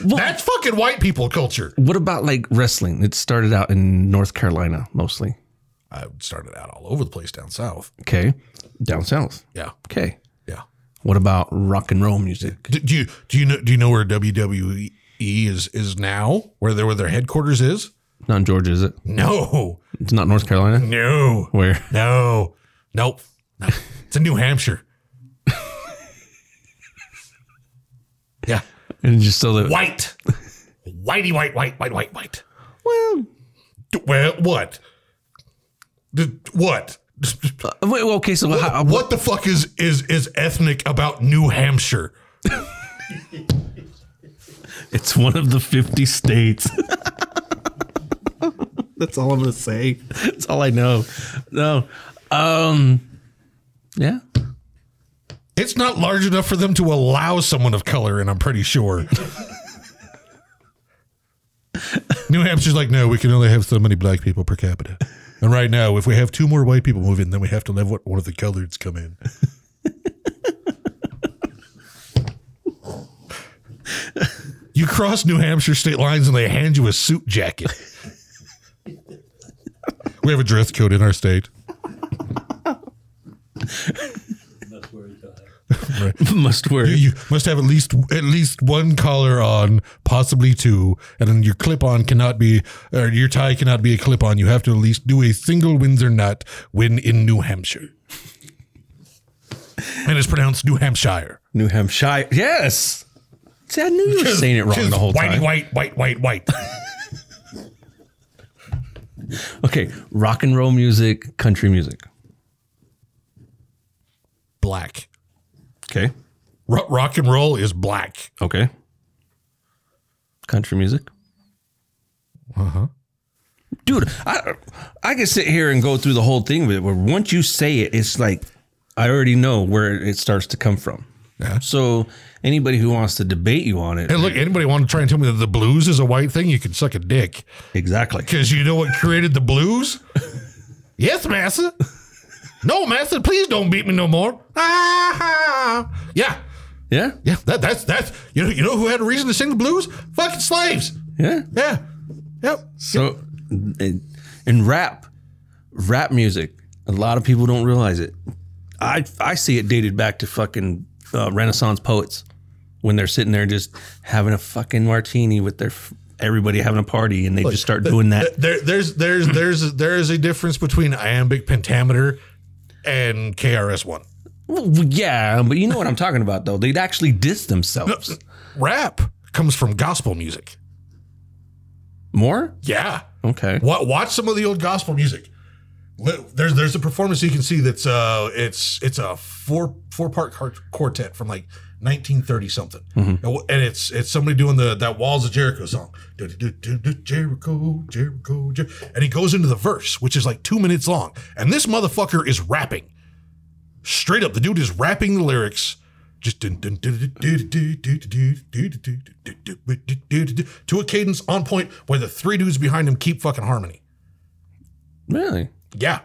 [SPEAKER 2] That's fucking white people culture.
[SPEAKER 1] What about like wrestling? It started out in North Carolina mostly.
[SPEAKER 2] I started out all over the place down south.
[SPEAKER 1] Okay. Down south.
[SPEAKER 2] Yeah,
[SPEAKER 1] Okay.
[SPEAKER 2] yeah.
[SPEAKER 1] What about rock and roll music?
[SPEAKER 2] Do, do you do you know do you know where WWE is is now? Where their where their headquarters is?
[SPEAKER 1] Not in Georgia, is it?
[SPEAKER 2] No,
[SPEAKER 1] It's not North Carolina.
[SPEAKER 2] no,
[SPEAKER 1] Where?
[SPEAKER 2] no, nope. No. It's in New Hampshire. yeah,
[SPEAKER 1] And just so that.
[SPEAKER 2] white, whitey, white, white, white, white, white.
[SPEAKER 1] Well,
[SPEAKER 2] D- Well, what? D- What?
[SPEAKER 1] uh, wait, well, okay. So how,
[SPEAKER 2] What the fuck is is is ethnic about New Hampshire?
[SPEAKER 1] it's one of the 50 states. That's all I'm going to say. That's all I know. No. Um, yeah.
[SPEAKER 2] It's not large enough for them to allow someone of color in, I'm pretty sure. New Hampshire's like, no, we can only have so many black people per capita. And right now, if we have two more white people move in, then we have to let one one of the coloreds come in. you cross New Hampshire state lines and they hand you a suit jacket. we have a dress code in our state.
[SPEAKER 3] And that's where he died.
[SPEAKER 1] Must wear.
[SPEAKER 2] You must have at least at least one collar on, possibly two, and then your clip on cannot be or your tie cannot be a clip on. You have to at least do a single Windsor knot when in New Hampshire. and it's pronounced New Hampshire.
[SPEAKER 1] New Hampshire. Yes. See, I knew you were saying it wrong
[SPEAKER 2] Just
[SPEAKER 1] the whole
[SPEAKER 2] whitey,
[SPEAKER 1] time.
[SPEAKER 2] White, white, white, white.
[SPEAKER 1] Okay. Rock and roll music, country music.
[SPEAKER 2] black.
[SPEAKER 1] Okay.
[SPEAKER 2] Ro- rock and roll is black.
[SPEAKER 1] Okay. Country music. Uh huh. Dude, I I can sit here and go through the whole thing with it. But once you say it, it's like I already know where it starts to come from.
[SPEAKER 2] Yeah.
[SPEAKER 1] So anybody who wants to debate you on it,
[SPEAKER 2] And look, anybody want to try and tell me that the blues is a white thing? You can suck a dick.
[SPEAKER 1] exactly.
[SPEAKER 2] Because you know what created the blues? yes, massa. No, massa, please don't beat me no more. Ah, yeah,
[SPEAKER 1] Yeah.
[SPEAKER 2] yeah. That, that's that's you know you know who had a reason to sing the blues? Fucking slaves.
[SPEAKER 1] Yeah.
[SPEAKER 2] Yeah, yep.
[SPEAKER 1] So and, and rap, rap music. A lot of people don't realize it. I I see it dated back to fucking uh, Renaissance poets when they're sitting there just having a fucking martini with their f- everybody having a party and they just start doing that.
[SPEAKER 2] There, there's there's there's there is a difference between iambic pentameter and KRS One.
[SPEAKER 1] Well, yeah, but you know what I'm talking about though. They'd actually diss themselves
[SPEAKER 2] Rap comes from gospel music.
[SPEAKER 1] more.
[SPEAKER 2] Yeah.
[SPEAKER 1] Okay.
[SPEAKER 2] Wa watch some of the old gospel music. Li- There's there's a performance you can see that's uh it's it's a four four part quartet from like 1930 something, and, w- and it's it's somebody doing the that Walls of Jericho song, Du-du-du-du-du, Jericho Jericho, Jer-" and he goes into the verse which is like two minutes long, and this motherfucker is rapping straight up. The dude is rapping the lyrics. Just dun- dun- dun- dun- dun- dun- dun- dun- dun- dun- dun- dun- dun- dun- dun- dun- to a cadence on point where the three dudes behind him keep fucking harmony.
[SPEAKER 1] Really?
[SPEAKER 2] Yeah.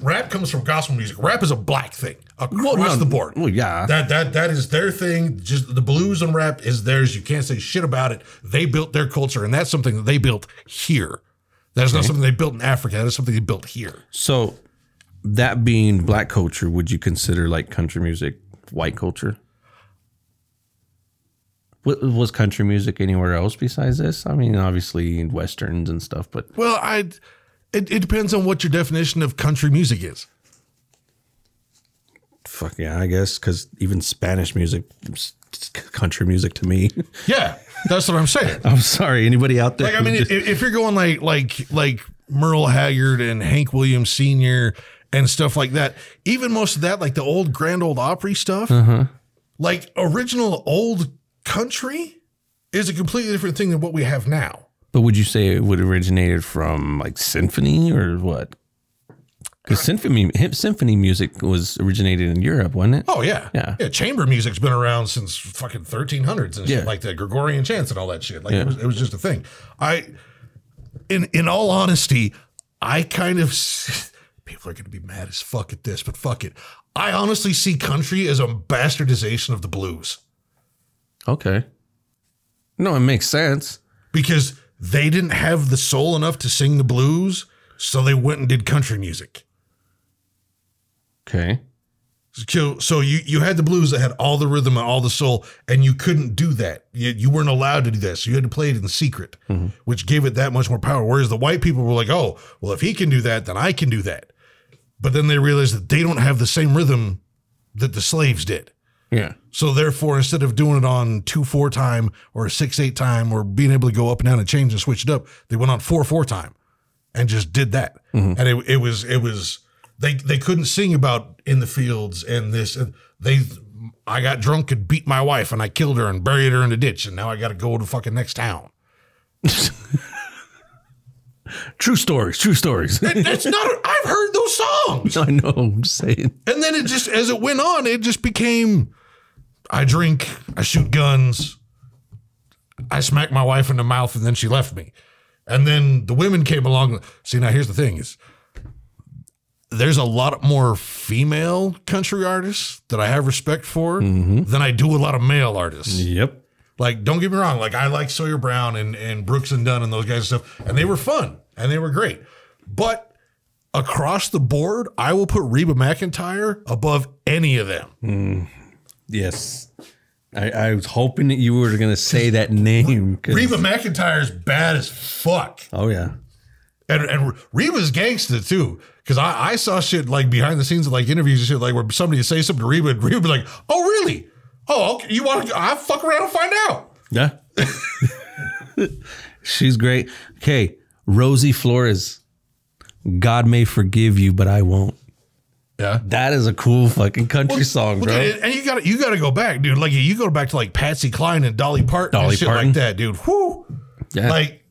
[SPEAKER 2] Rap comes from gospel music. Rap is a black thing across
[SPEAKER 1] no,
[SPEAKER 2] the board.
[SPEAKER 1] Well, yeah.
[SPEAKER 2] That that that is their thing. Just the blues and rap is theirs. You can't say shit about it. They built their culture, and that's something that they built here. That is not something they built in Africa. That is something they built here.
[SPEAKER 1] So that being black culture, would you consider like country music white culture? Wa- Was country music anywhere else besides this? I mean, obviously in westerns and stuff, but
[SPEAKER 2] Well, I it, it depends on what your definition of country music is.
[SPEAKER 1] fuck yeah, I guess because even Spanish music, it's country music to me.
[SPEAKER 2] Yeah, that's what I'm saying.
[SPEAKER 1] I'm sorry, anybody out there?
[SPEAKER 2] Like, I mean,
[SPEAKER 1] who
[SPEAKER 2] if,
[SPEAKER 1] just-
[SPEAKER 2] if you're going like like like Merle Haggard and Hank Williams Sr. and stuff like that, even most of that, like the old Grand Old Opry stuff, like original old country, is a completely different thing than what we have now.
[SPEAKER 1] but would you say it would originated from like symphony or what? Because symphony hip symphony music was originated in Europe, wasn't it?
[SPEAKER 2] Oh yeah,
[SPEAKER 1] Yeah.
[SPEAKER 2] Chamber music's been around since fucking 1300s and
[SPEAKER 1] Yeah.
[SPEAKER 2] shit like that, Gregorian chants and all that shit. Like it, was, it was just a thing. I, in in all honesty, I kind of s- people are gonna be mad as fuck at this, but fuck it. I honestly see country as a bastardization of the blues.
[SPEAKER 1] Okay. No, it makes sense.
[SPEAKER 2] because they didn't have the soul enough to sing the blues, so they went and did country music.
[SPEAKER 1] Okay.
[SPEAKER 2] So, so you you had the blues that had all the rhythm and all the soul, and you couldn't do that. You, you weren't allowed to do that, so you had to play it in secret, which gave it that much more power. Whereas the white people were like, "Oh, well, if he can do that, then I can do that." But then they realized that they don't have the same rhythm that the slaves did.
[SPEAKER 1] Yeah.
[SPEAKER 2] So therefore, instead of doing it on two four time or a six eight time or being able to go up and down and change and switch it up, they went on four four time and just did that. And it, it was it was they they couldn't sing about in the fields and this and they I got drunk and beat my wife and I killed her and buried her in a ditch and now I got to go to fucking next town.
[SPEAKER 1] True stories. True stories.
[SPEAKER 2] That's not I've heard those songs.
[SPEAKER 1] I know. I'm just saying.
[SPEAKER 2] And then it just as it went on, it just became I drink, I shoot guns, I smack my wife in the mouth, and then she left me. And then the women came along. See, now here's the thing is there's a lot more female country artists that I have respect for than I do a lot of male artists.
[SPEAKER 1] Yep.
[SPEAKER 2] Like, don't get me wrong. Like, I like Sawyer Brown and, and Brooks and Dunn and those guys and stuff, and they were fun and they were great. But across the board, I will put Reba McIntyre above any of them.
[SPEAKER 1] Yes. I, I was hoping that you were going to say that name. 'cause-
[SPEAKER 2] Reba McIntyre's bad as fuck.
[SPEAKER 1] Oh, yeah.
[SPEAKER 2] And, and Reba's gangster too, because I, I saw shit like behind the scenes of like interviews and shit, like where somebody would say something to Reba, and Reba would be like, "Oh, really? Oh, okay. You want to? I fuck around and find out."
[SPEAKER 1] Yeah. She's great. Okay. Rosie Flores. God may forgive you, but I won't.
[SPEAKER 2] Yeah,
[SPEAKER 1] That is a cool fucking country song,
[SPEAKER 2] Well,
[SPEAKER 1] bro.
[SPEAKER 2] dude, and you got to you got to go back, dude. Like you go back to like Patsy Cline and Dolly Parton,
[SPEAKER 1] Dolly
[SPEAKER 2] and shit
[SPEAKER 1] Parton.
[SPEAKER 2] like that, dude. Whoo,
[SPEAKER 1] Yeah.
[SPEAKER 2] like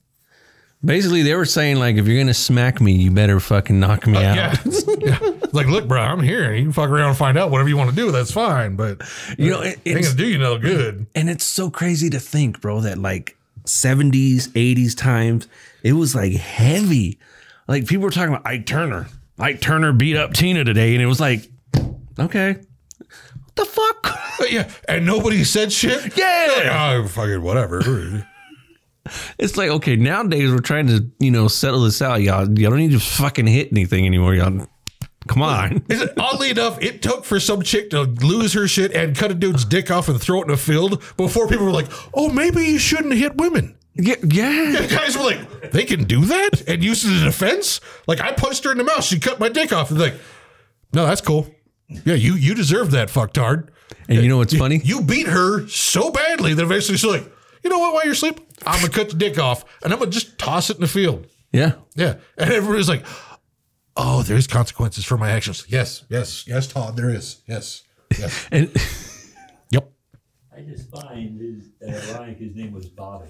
[SPEAKER 1] Basically, they were saying, like, if you're going to smack me, you better fucking knock me out.
[SPEAKER 2] yeah. Yeah. like look, bro, I'm here. You can fuck around and find out whatever you want to do. That's fine, but
[SPEAKER 1] You know, it,
[SPEAKER 2] ain't
[SPEAKER 1] it's,
[SPEAKER 2] gonna do you no good.
[SPEAKER 1] and it's so crazy to think, bro, that like 70s, 80s times, it was like heavy. Like people were talking about Ike Turner. Ike Turner beat up Tina today, and it was like, okay, what the fuck?
[SPEAKER 2] But yeah, and nobody said shit.
[SPEAKER 1] Yeah.
[SPEAKER 2] oh, fucking whatever.
[SPEAKER 1] It's like, okay, nowadays we're trying to, you know, settle this out. Y'all, y'all don't need to fucking hit anything anymore. Y'all, come on.
[SPEAKER 2] Is it- Oddly enough, it took for some chick to lose her shit and cut a dude's dick off and throw it in a field before people were like, "Oh, maybe you shouldn't hit women."
[SPEAKER 1] Yeah. yeah.
[SPEAKER 2] The guys were like, they can do that and use it as a defense. Like I punched her in the mouth, she cut my dick off. And like, no, that's cool. Yeah, you you deserve that, fucktard.
[SPEAKER 1] And you know what's funny?
[SPEAKER 2] You beat her so badly that eventually she's like, you know what? While you're asleep, I'm gonna cut your dick off and I'm gonna just toss it in the field.
[SPEAKER 1] Yeah.
[SPEAKER 2] Yeah, and everybody's like, oh, there's consequences for my actions. Yes, yes, yes, Todd, there is. Yes, yes.
[SPEAKER 1] And
[SPEAKER 2] yep.
[SPEAKER 3] I just find his, that ironic his name was Bobby.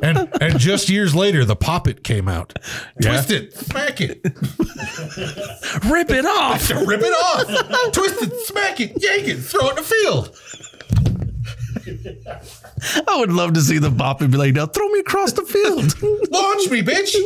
[SPEAKER 2] And and just years later, the poppet came out. Twist it, smack it.
[SPEAKER 1] rip it off.
[SPEAKER 2] to rip it off, twist it, smack it, yank it, throw it in the field.
[SPEAKER 1] I would love to see the bop and be like, now throw me across the field.
[SPEAKER 2] Launch me, bitch.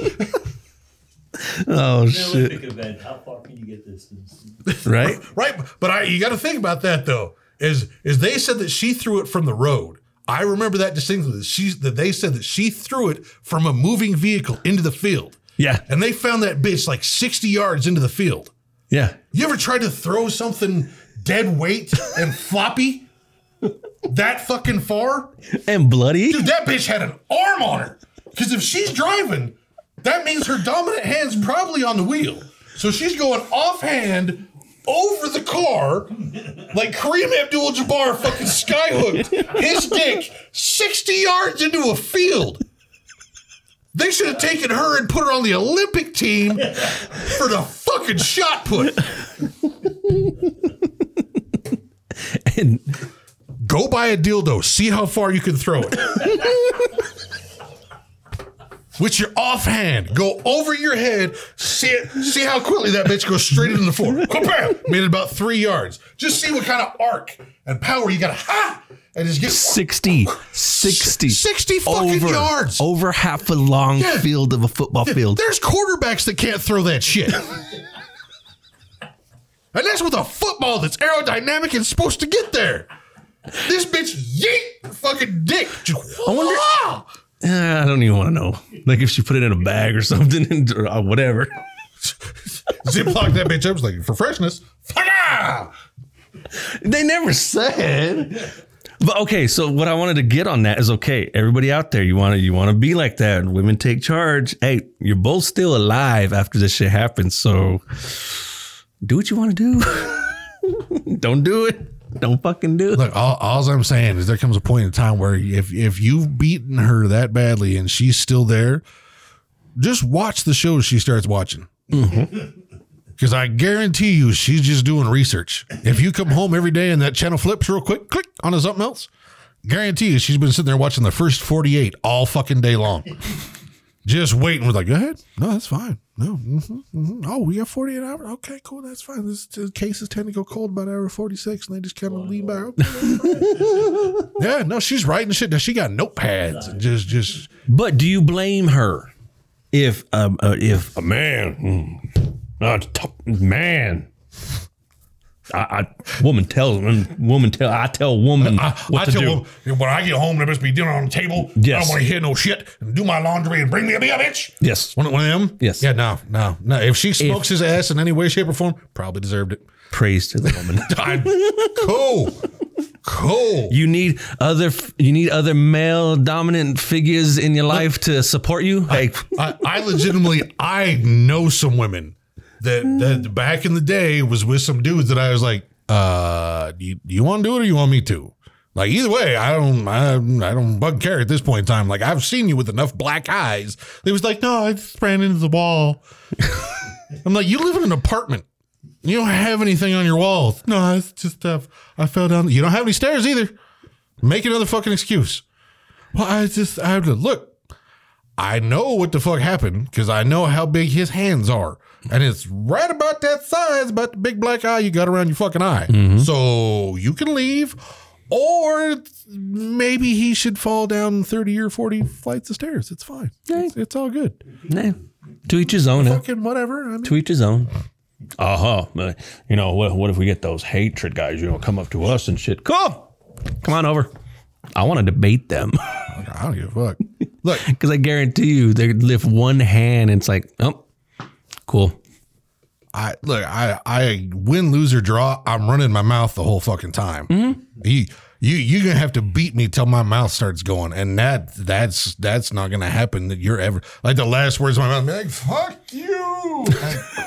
[SPEAKER 1] oh,
[SPEAKER 3] The
[SPEAKER 1] shit.
[SPEAKER 3] Olympic event. How far can you get this? distance?
[SPEAKER 1] Right?
[SPEAKER 2] Right, but I you got to think about that though. Is is they said that she threw it from the road. I remember that distinctly. that She that they said that she threw it from a moving vehicle into the field.
[SPEAKER 1] Yeah.
[SPEAKER 2] And they found that bitch like 60 yards into the field.
[SPEAKER 1] Yeah.
[SPEAKER 2] You ever tried to throw something dead weight and floppy that fucking far?
[SPEAKER 1] And bloody.
[SPEAKER 2] Dude, that bitch had an arm on her. Because if she's driving, that means her dominant hand's probably on the wheel. So she's going offhand over the car like Kareem Abdul Jabbar fucking skyhooked his dick 60 yards into a field. They should have taken her and put her on the Olympic team for the fucking shot put.
[SPEAKER 1] And
[SPEAKER 2] Go buy a dildo, see how far you can throw it. With your offhand, go over your head, see it, see how quickly that bitch goes straight into the floor. Kabam! Made it about three yards. Just see what kind of arc and power you got. Ha! And just get
[SPEAKER 1] 60, 60,
[SPEAKER 2] 60 fucking
[SPEAKER 1] over,
[SPEAKER 2] yards.
[SPEAKER 1] Over half a long
[SPEAKER 2] Yeah.
[SPEAKER 1] field of a football field.
[SPEAKER 2] There's quarterbacks that can't throw that shit. And that's with a football that's aerodynamic and supposed to get there. This bitch yeet fucking dick. Just, wah!
[SPEAKER 1] Eh, I don't even want to know. Like if she put it in a bag or something, and, or uh, whatever.
[SPEAKER 2] Ziploc that bitch up. It's like, for freshness, fuck
[SPEAKER 1] They never said. But okay, so what I wanted to get on that is okay. Everybody out there, you want to you want to be like that. Women take charge. Hey, you're both still alive after this shit happens. So do what you want to do. don't do it. Don't fucking do it.
[SPEAKER 2] Look, all, all I'm saying is there comes a point in time where if if you've beaten her that badly and she's still there, just watch the shows she starts watching. Because I guarantee you, she's just doing research. If you come home every day and that channel flips real quick, click onto something else, guarantee you she's been sitting there watching the first 48 all fucking day long. just waiting. We're like, go ahead. No, that's fine. No. mhm, mhm. Oh, we got 48 hours. Okay, cool. That's fine. This, this case is tend to go cold about hour 46, and they just kind of lean back. yeah, no, she's writing shit. Now she got notepads and just, just,
[SPEAKER 1] But do you blame her if um uh, if a man, mm, a t- man, I, I woman tells woman tell I tell woman what
[SPEAKER 2] I
[SPEAKER 1] to
[SPEAKER 2] tell
[SPEAKER 1] do.
[SPEAKER 2] them when I get home, there must be dinner on the table. I
[SPEAKER 1] Yes.
[SPEAKER 2] don't want to hear no shit and do my laundry and bring me a beer, bitch.
[SPEAKER 1] Yes.
[SPEAKER 2] One of one of them?
[SPEAKER 1] Yes.
[SPEAKER 2] Yeah, no, no, no. If she smokes his ass in any way, shape, or form, probably deserved it.
[SPEAKER 1] Praise to the woman.
[SPEAKER 2] I, cool. Cool.
[SPEAKER 1] You need other you need other male dominant figures in your life to support you. Hey,
[SPEAKER 2] I, I legitimately I know some women that, that back in the day was with some dudes that I was like, uh, do you, do you want to do it or you want me to? Like either way, I don't I, I don't bug care at this point in time. Like I've seen you with enough black eyes. They was like, no, I just ran into the wall. I'm like, you live in an apartment. You don't have anything on your walls. No, it's just uh, I fell down. You don't have any stairs either. Make another fucking excuse. Well, I just I look. I know what the fuck happened because I know how big his hands are. And it's right about that size, about the big black eye you got around your fucking eye. So you can leave, or maybe he should fall down 30 or 40 flights of stairs. It's fine. It's, it's all good.
[SPEAKER 1] nah, to each his own. eh?
[SPEAKER 2] Fucking whatever. I mean,
[SPEAKER 1] To each his own. Uh huh. You know what? What if we get those hatred guys? You know, come up to us and shit. Cool. Come on over. I want to debate them
[SPEAKER 2] I don't give a fuck. Look,
[SPEAKER 1] because I guarantee you they could lift one hand and it's like, oh, cool.
[SPEAKER 2] I look, I I win, lose or draw. I'm running my mouth the whole fucking time. You you you're gonna have to beat me till my mouth starts going, and that that's that's not gonna happen. That you're ever like the last words of my mouth. be like fuck you.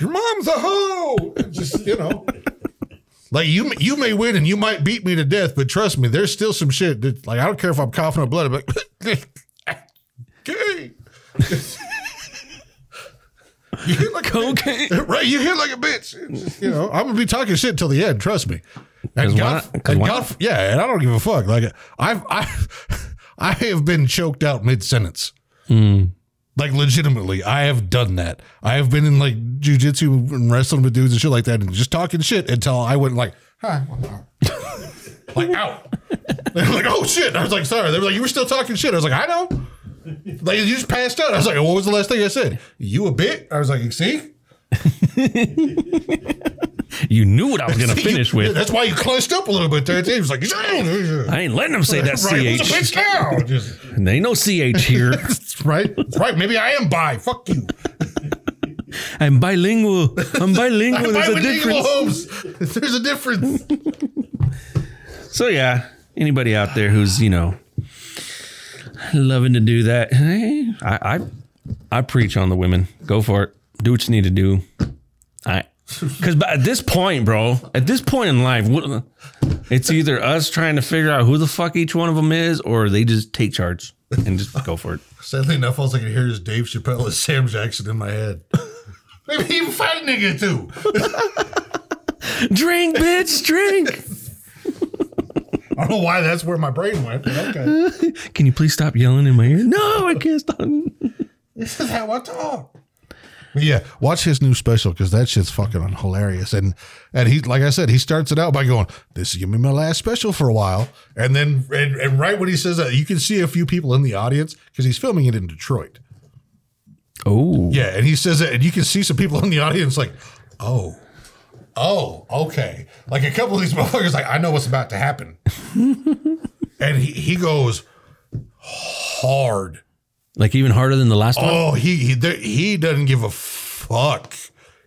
[SPEAKER 2] Your mom's a hoe. Just you know. Like you, you may win and you might beat me to death, but trust me, there's still some shit. That, like I don't care if I'm coughing up blood, I'm like, okay. you hit like a
[SPEAKER 1] Cocaine.
[SPEAKER 2] Right, you hit like a bitch. It's just, you know, I'm gonna be talking shit till the end. Trust me. And
[SPEAKER 1] why
[SPEAKER 2] God,
[SPEAKER 1] not? 'Cause
[SPEAKER 2] and
[SPEAKER 1] why
[SPEAKER 2] God, yeah, and I don't give a fuck. Like I've, I, I have been choked out mid sentence.
[SPEAKER 1] Hmm.
[SPEAKER 2] Like legitimately, I have done that. I have been in like jujitsu and wrestling with dudes and shit like that, and just talking shit until I went like, hi, uh," like out. They were like, oh shit. I was like, sorry. They were like, you were still talking shit. I was like, I know. Like you just passed out. I was like, what was the last thing I said? You a bit? I was like, see,
[SPEAKER 1] You knew what I was gonna
[SPEAKER 2] See,
[SPEAKER 1] finish
[SPEAKER 2] you-
[SPEAKER 1] with.
[SPEAKER 2] That's why you clenched up a little bit there. It was like,
[SPEAKER 1] I ain't letting them say that
[SPEAKER 2] right, who's a
[SPEAKER 1] ch.
[SPEAKER 2] bitch now? Just-
[SPEAKER 1] There ain't no ch here.
[SPEAKER 2] right, That's right. Maybe I am bi. Fuck you.
[SPEAKER 1] I'm bilingual. I'm bilingual.
[SPEAKER 2] I'm
[SPEAKER 1] There's
[SPEAKER 2] bi
[SPEAKER 1] a
[SPEAKER 2] with Eagle
[SPEAKER 1] difference.
[SPEAKER 2] Homes. There's a difference.
[SPEAKER 1] So yeah, anybody out there who's you know loving to do that, hey, I, I I preach on the women. Go for it. Do what you need to do. I because at this point, bro, at this point in life, what, it's either us trying to figure out who the fuck each one of them is, or they just take charge and just go for it.
[SPEAKER 2] Sadly enough, all I can hear is Dave Chappelle and Sam Jackson in my head. Maybe he fight nigga too.
[SPEAKER 1] Drink, bitch, drink.
[SPEAKER 2] I don't know why that's where my brain went. But okay,
[SPEAKER 1] Can you please stop yelling in my ear? No, I can't stop.
[SPEAKER 2] this is how I talk. But yeah, watch his new special because that shit's fucking hilarious. And and he, like I said, he starts it out by going, "This is gonna be my last special for a while." And then and, and right when he says that, you can see a few people in the audience because he's filming it in Detroit.
[SPEAKER 1] Oh,
[SPEAKER 2] Yeah, and he says it, and you can see some people in the audience like, "Oh, Oh, okay. Like a couple of these motherfuckers, like, I know what's about to happen. and he, he goes hard.
[SPEAKER 1] Like even harder than the last one.
[SPEAKER 2] Oh, he he there, he doesn't give a fuck.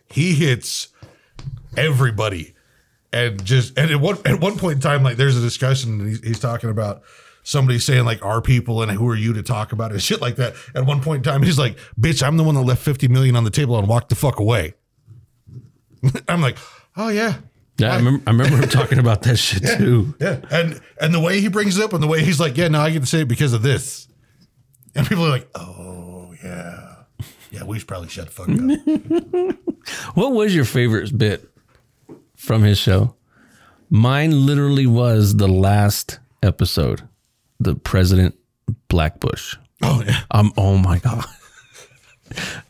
[SPEAKER 2] He hits everybody, and just and at one at one point in time, like there's a discussion, and he's, he's talking about somebody saying like our people and who are you to talk about it and shit like that. At one point in time, he's like, "Bitch, I'm the one that left fifty million on the table and walked the fuck away." I'm like, "Oh yeah."
[SPEAKER 1] Yeah, I remember, I remember him talking about that shit too.
[SPEAKER 2] Yeah, and and the way he brings it up, and the way he's like, "Yeah, no, I get to say it because of this," and people are like, "Oh, yeah, yeah, we should probably shut the fuck up."
[SPEAKER 1] What was your favorite bit from his show? Mine literally was the last episode, the President Blackbush.
[SPEAKER 2] oh yeah,
[SPEAKER 1] Um, oh my god,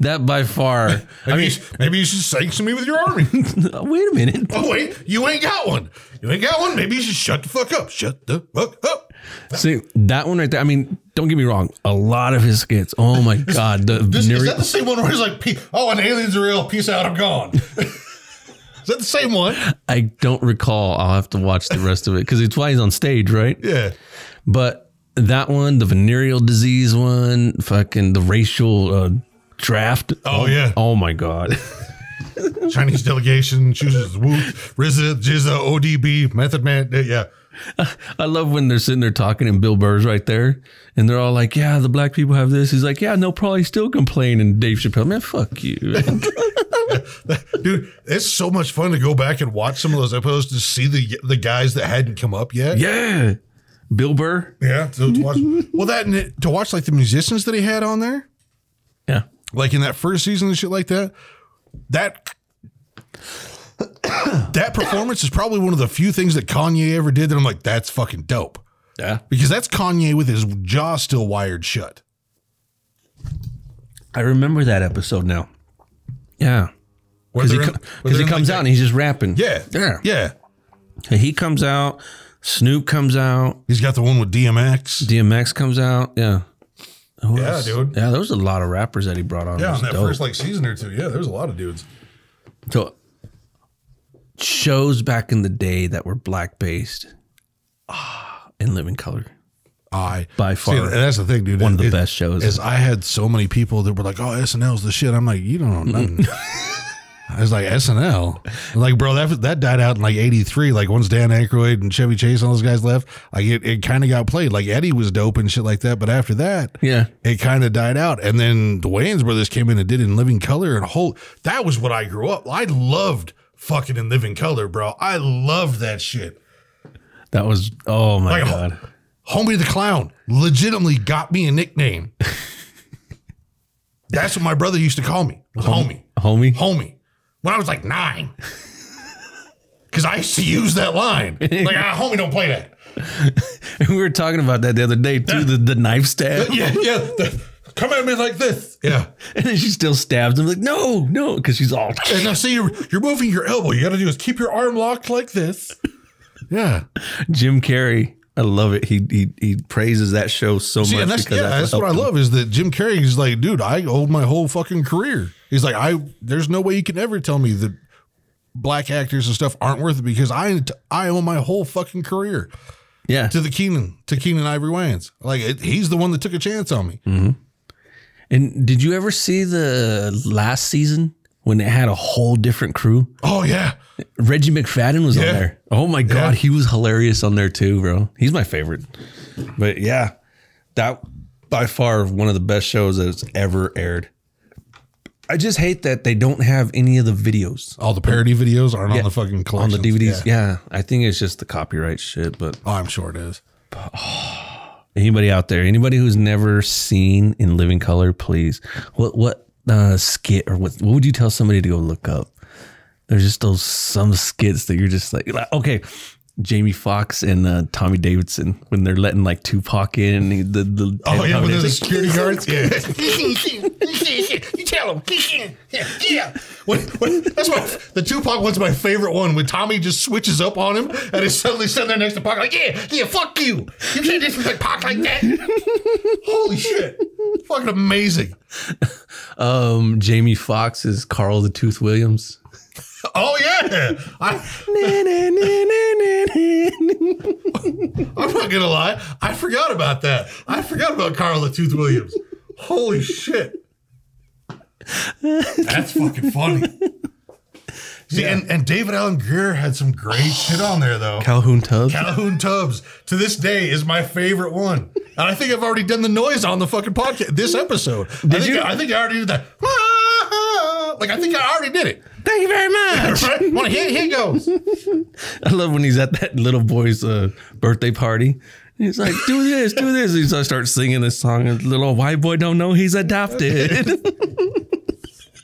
[SPEAKER 1] that by far.
[SPEAKER 2] maybe you sh- maybe you should sanction me with your army.
[SPEAKER 1] Wait a minute.
[SPEAKER 2] oh wait, you ain't got one. You ain't got one. Maybe you should shut the fuck up. Shut the fuck up.
[SPEAKER 1] See that one right there. I mean, don't get me wrong. A lot of his skits. Oh my god, the
[SPEAKER 2] This, is
[SPEAKER 1] venereal-
[SPEAKER 2] that the same one where he's like, "Pe- "Oh, and aliens are real. Peace out. I'm gone." is that the same one?
[SPEAKER 1] I don't recall. I'll have to watch the rest of it because it's why he's on stage, right?
[SPEAKER 2] Yeah.
[SPEAKER 1] But that one, the venereal disease one, fucking the racial uh, draft.
[SPEAKER 2] Oh yeah.
[SPEAKER 1] Oh my god.
[SPEAKER 2] Chinese delegation chooses Wu, RZA, Jizza, ODB, Method Man. Yeah.
[SPEAKER 1] I love when they're sitting there talking and Bill Burr's right there and they're all like, Yeah, the black people have this. He's like, Yeah, and they'll probably still complain and Dave Chappelle, man, fuck you.
[SPEAKER 2] Dude, it's so much fun to go back and watch some of those episodes to see the the guys that hadn't come up yet.
[SPEAKER 1] yeah. Bill Burr.
[SPEAKER 2] Yeah. So to watch, well, that and it- to watch like the musicians that he had on there,
[SPEAKER 1] Yeah.
[SPEAKER 2] like in that first season and shit like that. That that performance is probably one of the few things that Kanye ever did that I'm like, that's fucking dope
[SPEAKER 1] Yeah.
[SPEAKER 2] because that's Kanye with his jaw still wired shut.
[SPEAKER 1] I remember that episode now. Yeah.
[SPEAKER 2] Where
[SPEAKER 1] Because he,
[SPEAKER 2] they're in-
[SPEAKER 1] co-
[SPEAKER 2] where
[SPEAKER 1] 'cause
[SPEAKER 2] they're
[SPEAKER 1] he
[SPEAKER 2] in,
[SPEAKER 1] comes
[SPEAKER 2] like,
[SPEAKER 1] out and he's just rapping.
[SPEAKER 2] Yeah.
[SPEAKER 1] Yeah.
[SPEAKER 2] Yeah.
[SPEAKER 1] And He comes out, Snoop comes out,
[SPEAKER 2] He's got the one with DMX.
[SPEAKER 1] DMX comes out. Yeah. Who
[SPEAKER 2] Yeah,
[SPEAKER 1] else?
[SPEAKER 2] dude.
[SPEAKER 1] Yeah, there was a lot of rappers that he brought on. It
[SPEAKER 2] Yeah,
[SPEAKER 1] was
[SPEAKER 2] on that
[SPEAKER 1] dope.
[SPEAKER 2] first like season or two. Yeah, there was a lot of dudes.
[SPEAKER 1] So shows back in the day that were black based ah, and live in color.
[SPEAKER 2] I
[SPEAKER 1] By
[SPEAKER 2] See,
[SPEAKER 1] far,
[SPEAKER 2] and that's the thing, dude.
[SPEAKER 1] One of the
[SPEAKER 2] It-
[SPEAKER 1] best shows.
[SPEAKER 2] Is I had so many people that were like, "Oh, SNL's the shit." I'm like, "You don't know nothing." I was like, "SNL," I'm like, bro, that that died out in like '83. Like once Dan Aykroyd and Chevy Chase and all those guys left, like it, it kind of got played. Like Eddie was dope and shit like that, but after that,
[SPEAKER 1] Yeah.
[SPEAKER 2] it kind of died out. And then the Wayans brothers came in and did it in Living Color and whole. That was what I grew up. I loved fucking in Living Color, bro. I loved that shit.
[SPEAKER 1] That was oh my
[SPEAKER 2] Like,
[SPEAKER 1] god.
[SPEAKER 2] Homie the Clown legitimately got me a nickname. That's what my brother used to call me. Was homie.
[SPEAKER 1] Homie.
[SPEAKER 2] Homie. When I was like nine. Cause I used to use that line. Like, ah, homie, don't play that.
[SPEAKER 1] We were talking about that the other day too, the, the knife stab.
[SPEAKER 2] Yeah, yeah. the- come at me like this. Yeah.
[SPEAKER 1] And then she still stabs him like, no, no, because she's all
[SPEAKER 2] And now see you're you're moving your elbow. You gotta do is keep your arm locked like this. Yeah.
[SPEAKER 1] Jim Carrey. I love it. He he he praises that show so
[SPEAKER 2] See,
[SPEAKER 1] much.
[SPEAKER 2] and that's
[SPEAKER 1] because
[SPEAKER 2] yeah, that's what I
[SPEAKER 1] helped him.
[SPEAKER 2] love is that Jim Carrey is like, dude, I owe my whole fucking career. He's like, I there's no way you can ever tell me that black actors and stuff aren't worth it because I I owe my whole fucking career
[SPEAKER 1] Yeah.
[SPEAKER 2] to the Keenan to Keenan Ivory Wayans. Like it, he's the one that took a chance on me.
[SPEAKER 1] Mm. And did you ever see the last season when it had a whole different crew?
[SPEAKER 2] Oh yeah,
[SPEAKER 1] Reggie McFadden was
[SPEAKER 2] Yeah.
[SPEAKER 1] on there. Oh my god, he was hilarious on there too, bro. He's my favorite. But yeah, that by far one of the best shows that's ever aired. I just hate that they don't have any of the videos
[SPEAKER 2] all the parody videos aren't on the fucking
[SPEAKER 1] on the
[SPEAKER 2] collections.
[SPEAKER 1] DVDs.
[SPEAKER 2] Yeah.
[SPEAKER 1] Yeah. I think it's just the copyright shit. But
[SPEAKER 2] Oh, I'm sure it is.
[SPEAKER 1] anybody out there, anybody who's never seen in living color, please. What what uh, skit or what what would you tell somebody to go look up? There's just those some skits that you're just like, like, okay. Jamie Foxx and uh, Tommy Davidson when they're letting like Tupac in the the
[SPEAKER 2] Oh yeah, with
[SPEAKER 1] Tommy's
[SPEAKER 2] the
[SPEAKER 1] like,
[SPEAKER 2] security guards. Yeah,
[SPEAKER 4] you tell him. Yeah, yeah.
[SPEAKER 2] When, when, that's my the Tupac one's my favorite one when Tommy just switches up on him and is suddenly sitting there next to Pac like, yeah, yeah, fuck you. You can't disrespect Pac like that. Holy shit. Fucking amazing.
[SPEAKER 1] um Jamie Foxx is Carl the Tooth Williams.
[SPEAKER 2] Oh yeah, I, I'm not gonna lie. I forgot about that. I forgot about Carla Tooth Williams. Holy shit, that's fucking funny. See, and, and David Allen Greer had some great shit on there though.
[SPEAKER 1] Calhoun Tubbs.
[SPEAKER 2] Calhoun Tubbs to this day is my favorite one, and I think I've already done the noise on the fucking podcast this episode. I think
[SPEAKER 1] you?
[SPEAKER 2] I think I already did that. Like I think I already did it.
[SPEAKER 1] Thank you very much.
[SPEAKER 2] Right? Well, here, here goes.
[SPEAKER 1] I love when he's at that little boy's uh, birthday party. He's like, do this, do this. He's I start singing this song, and the little white boy don't know he's adopted.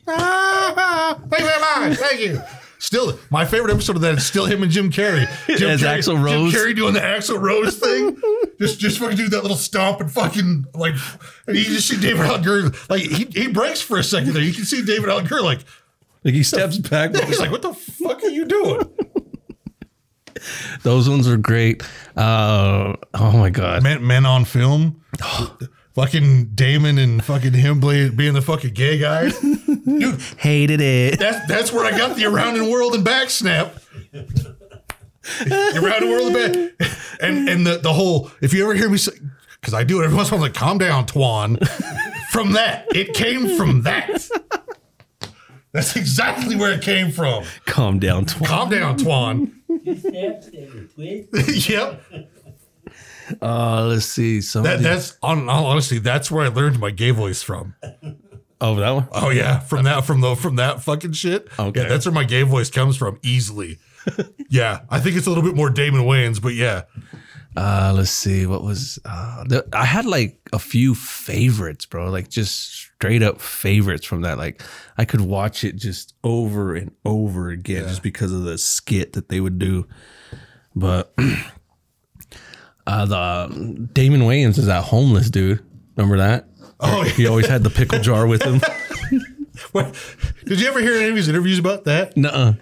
[SPEAKER 2] Thank you very much. Thank you. Still, my favorite episode of that is still him and Jim Carrey. Jim
[SPEAKER 1] As
[SPEAKER 2] Carrey,
[SPEAKER 1] Axl Rose.
[SPEAKER 2] Jim Carrey doing the Axl Rose thing. just, just fucking do that little stomp and fucking like, and you just see David Alger like he, he breaks for a second there. You can see David Alger like
[SPEAKER 1] like he steps back.
[SPEAKER 2] he's like, what the fuck are you doing?
[SPEAKER 1] Those ones are great. Uh, oh my god.
[SPEAKER 2] Men, men on film. fucking Damon and fucking him play, being the fucking gay guy. Dude,
[SPEAKER 1] Hated it.
[SPEAKER 2] That's that's where I got the around and world and back snap. around and world and back, and and the the whole. If you ever hear me say, because I do it every once in a while, I'm like, calm down, Twan. from that, it came from that. That's exactly where it came from.
[SPEAKER 1] Calm down, Twan.
[SPEAKER 2] Calm down, Twan.
[SPEAKER 3] Steps and twist.
[SPEAKER 2] yep.
[SPEAKER 1] Uh, let's see. Some
[SPEAKER 2] That, that's on honestly, that's where I learned my gay voice from.
[SPEAKER 1] oh, that one.
[SPEAKER 2] Oh yeah, from that from the from that fucking shit.
[SPEAKER 1] Okay.
[SPEAKER 2] Yeah, that's where my gay voice comes from easily. yeah, I think it's a little bit more Damon Wayans, but yeah.
[SPEAKER 1] Uh, let's see. What was uh, the, I had like a few favorites, bro. Like just straight up favorites from that. Like I could watch it just over and over again just because of the skit that they would do. But uh, the Damon Wayans is that homeless dude. Remember that?
[SPEAKER 2] Oh,
[SPEAKER 1] He always had the pickle jar with him.
[SPEAKER 2] What- Did you ever hear any of his interviews about that?
[SPEAKER 1] Nuh-uh.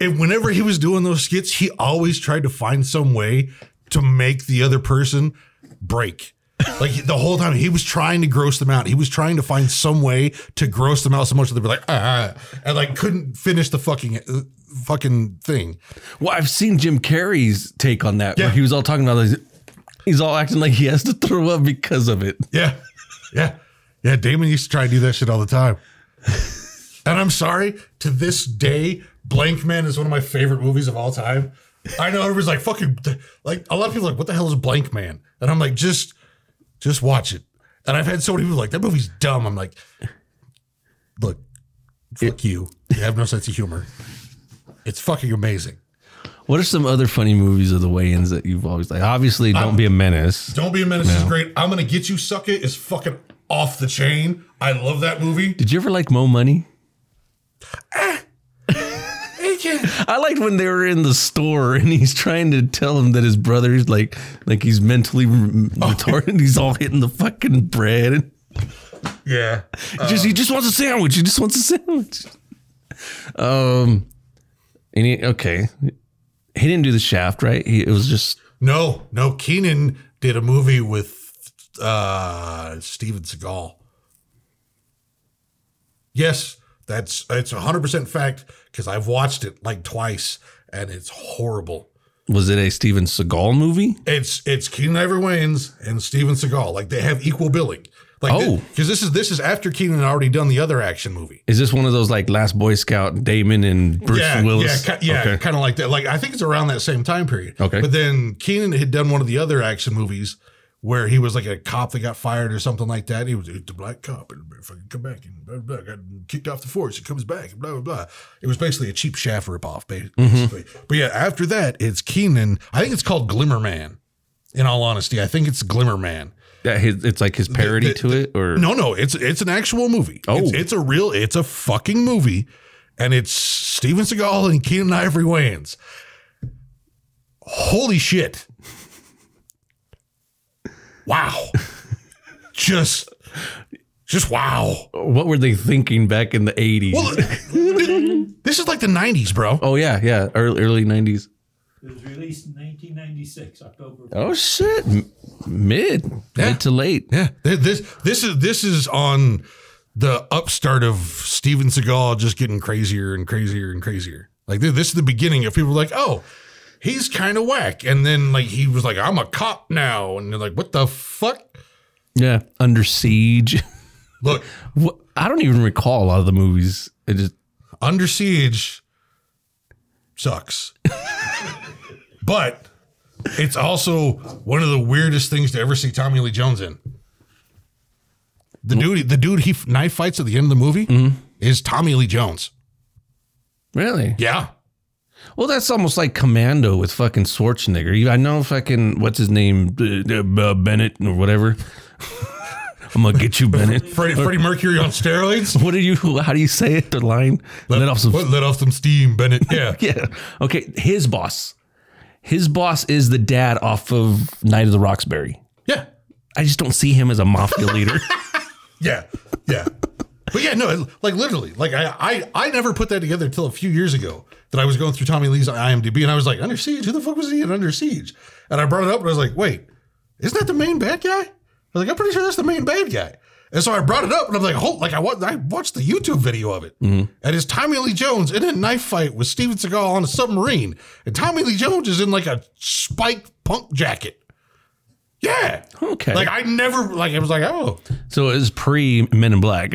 [SPEAKER 2] And whenever he was doing those skits, he always tried to find some way to make the other person break. Like the whole time, he was trying to gross them out. He was trying to find some way to gross them out so much that they were like, ah, ah," and like couldn't finish the fucking uh, fucking thing.
[SPEAKER 1] Well, I've seen Jim Carrey's take on that.
[SPEAKER 2] Yeah.
[SPEAKER 1] Where he was all talking about these. He's all acting like he has to throw up because of it.
[SPEAKER 2] Yeah, yeah, yeah. Damon used to try and do that shit all the time. And I'm sorry, to this day, Blank Man is one of my favorite movies of all time. I know everybody's like, fucking, like, a lot of people are like, what the hell is Blank Man? And I'm like, just, just watch it. And I've had so many people like, that movie's dumb. I'm like, look, fuck you. You have no sense of humor. It's fucking amazing.
[SPEAKER 1] What are some other funny movies of the Wayans that you've always like? Obviously, Don't Be a Menace.
[SPEAKER 2] Don't Be a Menace is great. I'm Gonna Get You Sucker is fucking off the chain. I love that movie.
[SPEAKER 1] Did you ever like Mo Money? I liked when they were in the store and he's trying to tell him that his brother's like, like he's mentally retarded. He's all hitting the fucking bread and
[SPEAKER 2] Yeah.
[SPEAKER 1] just he just wants a sandwich. He just wants a sandwich. Um, any okay? He didn't do the Shaft, right? He, it was just
[SPEAKER 2] No, no. Keenan did a movie with uh Steven Seagal. Yes, that's it's hundred percent fact because I've watched it like twice and it's horrible.
[SPEAKER 1] was it a Steven Seagal movie?
[SPEAKER 2] It's it's Keenan Ivory Wayans and Steven Seagal. Like they have equal billing. Like
[SPEAKER 1] Oh.
[SPEAKER 2] because this is this is after Keenan had already done the other action movie.
[SPEAKER 1] Is this one of those like Last Boy Scout Damon and Bruce
[SPEAKER 2] yeah,
[SPEAKER 1] Willis?
[SPEAKER 2] Yeah, ki- yeah,
[SPEAKER 1] Okay.
[SPEAKER 2] kind of like that. Like I think it's around that same time period.
[SPEAKER 1] Okay.
[SPEAKER 2] But then Keenan had done one of the other action movies where he was like a cop that got fired or something like that. He was "It's the black cop and fucking come back and blah, blah, blah, got kicked off the force and comes back and blah blah blah. It was basically a cheap shaft ripoff, ba-
[SPEAKER 1] Mm-hmm.
[SPEAKER 2] basically. But yeah, after that, it's Keenan. I think it's called Glimmer Man. In all honesty, I think it's Glimmer Man.
[SPEAKER 1] That his, it's like his parody
[SPEAKER 2] the-
[SPEAKER 1] to it, or
[SPEAKER 2] No, no, it's it's an actual movie.
[SPEAKER 1] Oh.
[SPEAKER 2] it's, it's a real, it's a fucking movie, and it's Steven Seagal and Keenan Ivory Wayans. Holy shit! Wow, just, just wow.
[SPEAKER 1] what were they thinking back in the eighties?
[SPEAKER 2] Well, th- this is like the '90s, bro.
[SPEAKER 1] oh yeah, yeah, early early nineties.
[SPEAKER 3] It was released in 1996, October.
[SPEAKER 1] Oh shit, M- mid
[SPEAKER 2] Yeah.
[SPEAKER 1] mid to late.
[SPEAKER 2] Yeah, th- this this is this is on the upstart of Steven Seagal just getting crazier and crazier and crazier. Like th- this is the beginning of people like, oh, he's kind of whack, and then like he was like, I'm a cop now, and they're like, what the fuck?
[SPEAKER 1] Yeah, Under Siege.
[SPEAKER 2] Look,
[SPEAKER 1] What- I don't even recall a lot of the movies. It just
[SPEAKER 2] Under Siege sucks, but it's also one of the weirdest things to ever see Tommy Lee Jones in. The dude, the dude he f- knife fights at the end of the movie is Tommy Lee Jones.
[SPEAKER 1] really.
[SPEAKER 2] Yeah,
[SPEAKER 1] Well, that's almost like Commando with fucking Schwarzenegger. You- I know fucking what's his name uh, uh, Bennett or whatever. I'm gonna get you, Bennett.
[SPEAKER 2] Freddie, Freddie Mercury on steroids.
[SPEAKER 1] What do you? How do you say it? The line. Let off some
[SPEAKER 2] Let, let off some steam, Bennett. Yeah.
[SPEAKER 1] Yeah. Okay. His boss. His boss is the dad off of Night of the Roxbury.
[SPEAKER 2] Yeah.
[SPEAKER 1] I just don't see him as a mafia leader.
[SPEAKER 2] Yeah. Yeah. But yeah, no, like literally, like I, I, I never put that together until a few years ago that I was going through Tommy Lee's IMDb and I was like, Under Siege? Who the fuck was he in Under Siege? And I brought it up and I was like, wait, isn't that the main bad guy? I was like, I'm pretty sure that's the main bad guy. And so I brought it up and I'm like, hold, like I, wa- I watched the YouTube video of it. And it's Tommy Lee Jones in a knife fight with Steven Seagal on a submarine. And Tommy Lee Jones is in like a spiked punk jacket. Yeah.
[SPEAKER 1] Okay.
[SPEAKER 2] Like I never, like I was like, oh.
[SPEAKER 1] so it was pre Men in Black.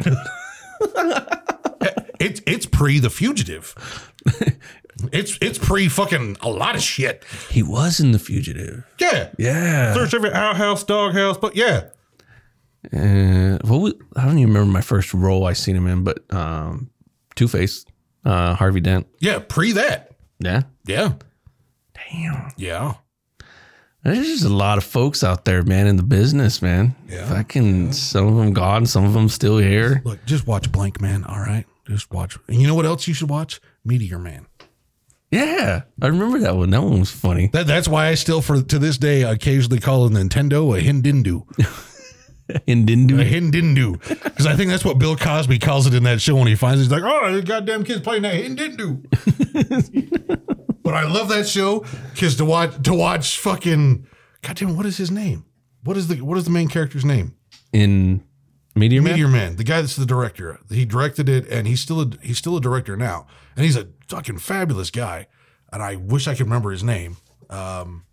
[SPEAKER 2] It's it's pre the fugitive. it's it's pre fucking a lot of shit.
[SPEAKER 1] he was in The Fugitive.
[SPEAKER 2] Yeah.
[SPEAKER 1] Yeah.
[SPEAKER 2] Search every outhouse, doghouse, but yeah.
[SPEAKER 1] Uh, what was, I don't even remember my first role I seen him in, but um, Two Face, uh, Harvey Dent.
[SPEAKER 2] Yeah, pre that.
[SPEAKER 1] Yeah.
[SPEAKER 2] Yeah.
[SPEAKER 1] Damn.
[SPEAKER 2] Yeah.
[SPEAKER 1] There's just a lot of folks out there, man, in the business, man.
[SPEAKER 2] Yeah.
[SPEAKER 1] Fucking some of them gone, some of them still here.
[SPEAKER 2] Look, just watch Blank Man, all right? Just watch. And you know what else you should watch? Meteor Man.
[SPEAKER 1] Yeah. I remember that one. That one was funny.
[SPEAKER 2] That, that's why I still, for to this day, occasionally call a Nintendo a Hindindu.
[SPEAKER 1] And didn't do
[SPEAKER 2] A
[SPEAKER 1] it.
[SPEAKER 2] Hindindu. Because I think that's what Bill Cosby calls it in that show when he finds it. He's like, oh, the goddamn kid's playing that Hindindu. but I love that show because to watch to watch fucking goddamn what is his name? What is the what is the main character's name?
[SPEAKER 1] in Meteor Man.
[SPEAKER 2] Meteor Man, the guy that's the director. He directed it, and he's still a, he's still a director now, and he's a fucking fabulous guy. And I wish I could remember his name. Um,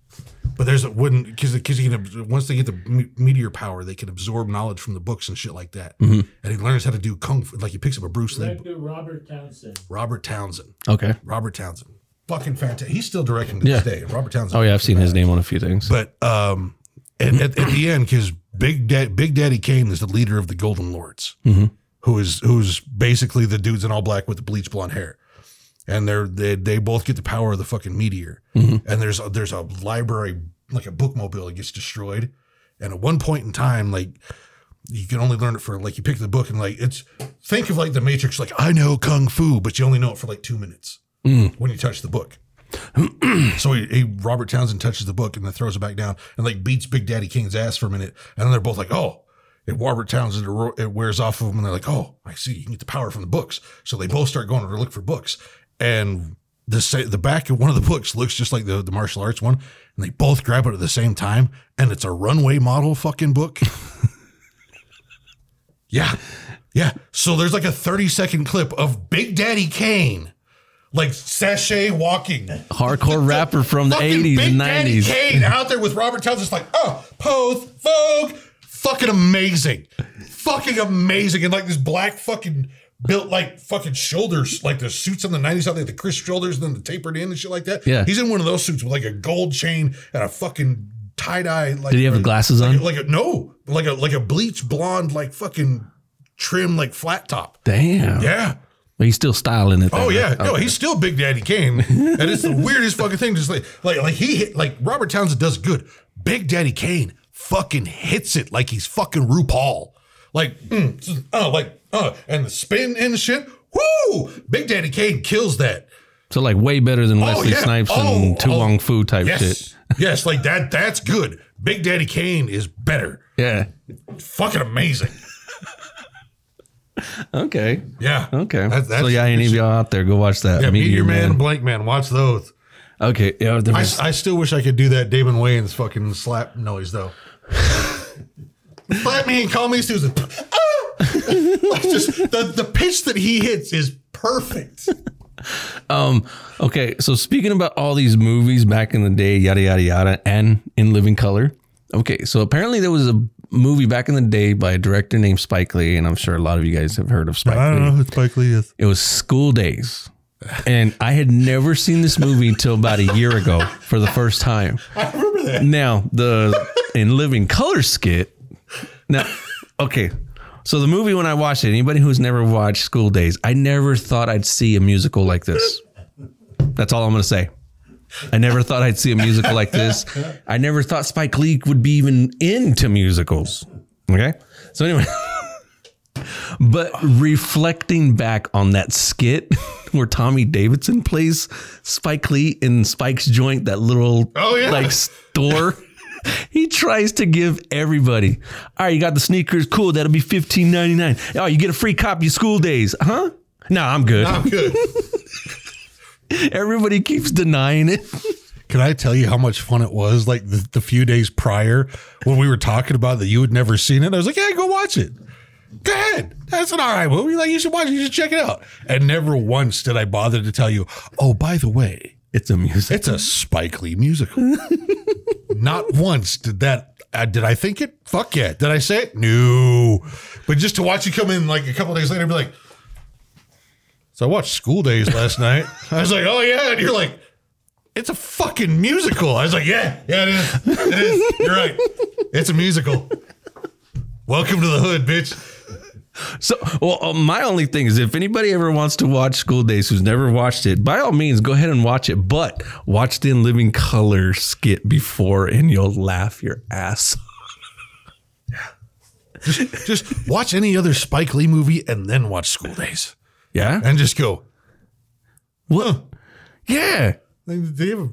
[SPEAKER 2] but there's a wouldn't because because he can ab- once they get the me- meteor power, they can absorb knowledge from the books and shit like that.
[SPEAKER 1] Mm-hmm.
[SPEAKER 2] And he learns how to do kung fu. Like he picks up a Bruce Lee,
[SPEAKER 3] Director Robert Townsend.
[SPEAKER 2] Robert Townsend,
[SPEAKER 1] Okay.
[SPEAKER 2] Robert Townsend, fucking fantastic. He's still directing to this
[SPEAKER 1] Yeah.
[SPEAKER 2] day. Robert Townsend.
[SPEAKER 1] Oh yeah, I've seen his name on a few things.
[SPEAKER 2] But um, and at, at the end, because Big Daddy, Big Daddy Kane is the leader of the Golden Lords, who is who's basically the dudes in all black with the bleach blonde hair, and they're they they both get the power of the fucking meteor, and there's a, there's a library like a bookmobile that gets destroyed, and at one point in time, like you can only learn it for like you pick the book and like it's think of like the Matrix, like I know kung fu, but you only know it for like two minutes when you touch the book. So he, he Robert Townsend touches the book and then throws it back down and like beats Big Daddy King's ass for a minute. And then they're both like, oh, it Robert Townsend it ro- it wears off of him. And they're like, oh, I see, you can get the power from the books. So they both start going to look for books. And the sa- the back of one of the books looks just like the, the martial arts one. And they both grab it at the same time. And it's a runway model fucking book. yeah. Yeah. So there's like a 30 second clip of Big Daddy Kane. Like sachet walking
[SPEAKER 1] Hardcore rapper from the
[SPEAKER 2] fucking
[SPEAKER 1] eighties and
[SPEAKER 2] Big Daddy
[SPEAKER 1] nineties.
[SPEAKER 2] Kane out there with Robert Townsend, just like, oh, pose, Vogue, fucking amazing, fucking amazing, and like this black fucking built like fucking shoulders, like the suits in the nineties, something like the crisp shoulders, and then the tapered in and shit like that.
[SPEAKER 1] Yeah.
[SPEAKER 2] he's in one of those suits with like a gold chain and a fucking tie dye. Like,
[SPEAKER 1] Did he have the
[SPEAKER 2] or-
[SPEAKER 1] glasses
[SPEAKER 2] like-
[SPEAKER 1] on?
[SPEAKER 2] Like a no, like a like a bleach blonde, like fucking trim, like flat top.
[SPEAKER 1] Damn.
[SPEAKER 2] Yeah.
[SPEAKER 1] But he's still styling it.
[SPEAKER 2] Oh
[SPEAKER 1] though,
[SPEAKER 2] yeah,
[SPEAKER 1] right?
[SPEAKER 2] no, he's still Big Daddy Kane, and it's the weirdest fucking thing. Just like like like he hit, like Robert Townsend does good. Big Daddy Kane fucking hits it like he's fucking RuPaul. Like mm, oh like oh and the spin and the shit. Woo! Big Daddy Kane kills that.
[SPEAKER 1] So like way better than Wesley
[SPEAKER 2] yeah.
[SPEAKER 1] Snipes
[SPEAKER 2] Oh,
[SPEAKER 1] and Tu
[SPEAKER 2] oh.
[SPEAKER 1] Wong Fu type shit.
[SPEAKER 2] Yes, yes, like that. That's good. Big Daddy Kane is better.
[SPEAKER 1] Yeah.
[SPEAKER 2] Fucking amazing.
[SPEAKER 1] Okay.
[SPEAKER 2] Yeah.
[SPEAKER 1] Okay.
[SPEAKER 2] That- that's,
[SPEAKER 1] so yeah, any of y'all out there, go watch that.
[SPEAKER 2] Yeah,
[SPEAKER 1] Meteor,
[SPEAKER 2] Meteor, Man,
[SPEAKER 1] Man.
[SPEAKER 2] Blank Man. Watch those.
[SPEAKER 1] Okay. Yeah. there
[SPEAKER 2] I,
[SPEAKER 1] was-
[SPEAKER 2] I still wish I could do that Damon Wayans fucking slap noise though. slap me and call me Susan. Ah! Like, just the, the pitch that he hits is perfect.
[SPEAKER 1] Um, okay, so speaking about all these movies back in the day, yada yada yada, and in living color. Okay, so apparently there was a movie back in the day by a director named Spike Lee, and I'm sure a lot of you guys have heard of Spike
[SPEAKER 2] I
[SPEAKER 1] Lee.
[SPEAKER 2] don't know who Spike Lee is.
[SPEAKER 1] It was School Days. And I had never seen this movie until about a year ago for the first time.
[SPEAKER 2] I remember that.
[SPEAKER 1] Now, the in living color skit. Now, okay. So the movie when I watched it, anybody who's never watched School Days, I never thought I'd see a musical like this. That's all I'm going to say. I never thought I'd see a musical like this. I never thought Spike Lee would be even into musicals. Okay? So anyway, but reflecting back on that skit where Tommy Davidson plays Spike Lee in Spike's joint, that little
[SPEAKER 2] Oh, yeah.
[SPEAKER 1] like store. He tries to give everybody. All right, you got the sneakers, cool. That'll be fifteen ninety nine. Oh, you get a free copy of School Days, huh? No, I'm good.
[SPEAKER 2] I'm good.
[SPEAKER 1] Everybody keeps denying it.
[SPEAKER 2] Can I tell you how much fun it was? Like the, the few days prior when we were talking about that you had never seen it. I was like, yeah, go watch it. Go ahead. That's an all right movie. Like you should watch it. You should check it out. And never once did I bother to tell you, oh, by the way,
[SPEAKER 1] It's a music.
[SPEAKER 2] it's a Spike Lee musical. Not once did that. Uh, did I think it? Fuck yeah. Did I say it? No. But just to watch you come in like a couple days later and be like, so I watched School Days last night. I was like, oh yeah. And you're like, it's a fucking musical. I was like, yeah, yeah, it is. It is. You're right. It's a musical. Welcome to the hood, bitch.
[SPEAKER 1] So, well, uh, my only thing is if anybody ever wants to watch School Days who's never watched it, by all means, go ahead and watch it. But watch the In Living Color skit before, and you'll laugh your ass. off.
[SPEAKER 2] Just watch any other Spike Lee movie and then watch School Days
[SPEAKER 1] Yeah.
[SPEAKER 2] and just go,
[SPEAKER 1] Well, yeah.
[SPEAKER 2] Like, Did he have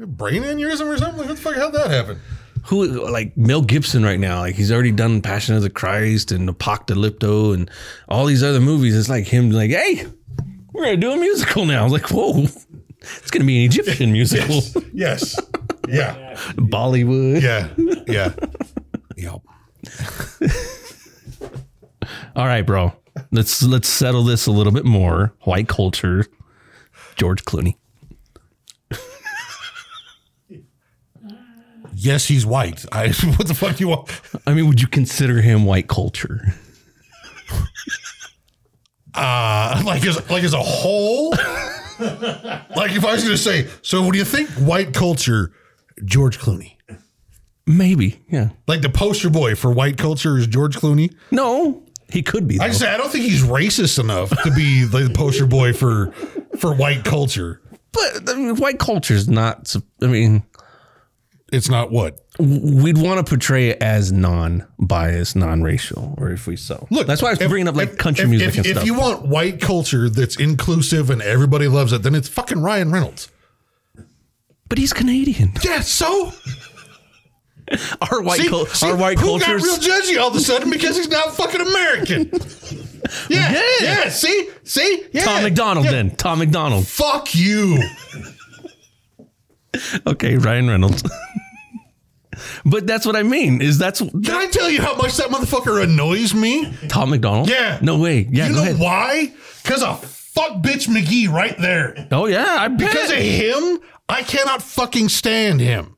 [SPEAKER 2] a brain aneurysm or something? Like, what the fuck? How'd that happen?
[SPEAKER 1] Who like Mel Gibson right now? Like he's already done Passion of the Christ and Apocalypto and all these other movies. It's like him like, hey, we're gonna do a musical now. I was like, whoa, it's gonna be an Egyptian musical,
[SPEAKER 2] Yes. Yeah.
[SPEAKER 1] Bollywood.
[SPEAKER 2] Yeah. Yeah. Yep.
[SPEAKER 1] All right, bro. Let's let's settle this a little bit more. White culture, George Clooney.
[SPEAKER 2] Yes, he's white. I what the fuck do you want?
[SPEAKER 1] I mean, would you consider him white culture?
[SPEAKER 2] Uh, like as like as a whole. like if I was gonna say, so what do you think white culture? George Clooney.
[SPEAKER 1] Maybe, yeah.
[SPEAKER 2] Like the poster boy for white culture is George Clooney.
[SPEAKER 1] No, he could be.
[SPEAKER 2] I
[SPEAKER 1] though.
[SPEAKER 2] just I don't think he's racist enough to be the poster boy for for white culture.
[SPEAKER 1] but I mean, white culture is not. sup- I mean,
[SPEAKER 2] It's not what
[SPEAKER 1] we'd want to portray it as non-biased, non-racial, or if we so.
[SPEAKER 2] Look,
[SPEAKER 1] that's why I was
[SPEAKER 2] if-
[SPEAKER 1] bringing up like
[SPEAKER 2] if-
[SPEAKER 1] country
[SPEAKER 2] if-
[SPEAKER 1] music
[SPEAKER 2] If,
[SPEAKER 1] and
[SPEAKER 2] if
[SPEAKER 1] stuff.
[SPEAKER 2] you want white culture that's inclusive and everybody loves it, then it's fucking Ryan Reynolds.
[SPEAKER 1] but he's Canadian.
[SPEAKER 2] Yeah, so
[SPEAKER 1] Our white,
[SPEAKER 2] See-
[SPEAKER 1] cul-
[SPEAKER 2] see,
[SPEAKER 1] our white
[SPEAKER 2] who got
[SPEAKER 1] culture's
[SPEAKER 2] real judgy all of a sudden because he's not fucking American. Yeah, yeah, see, see, yeah.
[SPEAKER 1] Tom McDonald.
[SPEAKER 2] Yeah.
[SPEAKER 1] Then Tom McDonald.
[SPEAKER 2] Fuck you.
[SPEAKER 1] Okay, Ryan Reynolds. but that's what I mean. Is that's
[SPEAKER 2] Can I tell you how much that motherfucker annoys me?
[SPEAKER 1] Tom McDonald?
[SPEAKER 2] Yeah.
[SPEAKER 1] No way. Yeah.
[SPEAKER 2] you
[SPEAKER 1] go
[SPEAKER 2] know
[SPEAKER 1] ahead.
[SPEAKER 2] why? Because of fuck bitch McGee right there.
[SPEAKER 1] Oh yeah, I bet.
[SPEAKER 2] Because of him, I cannot fucking stand him.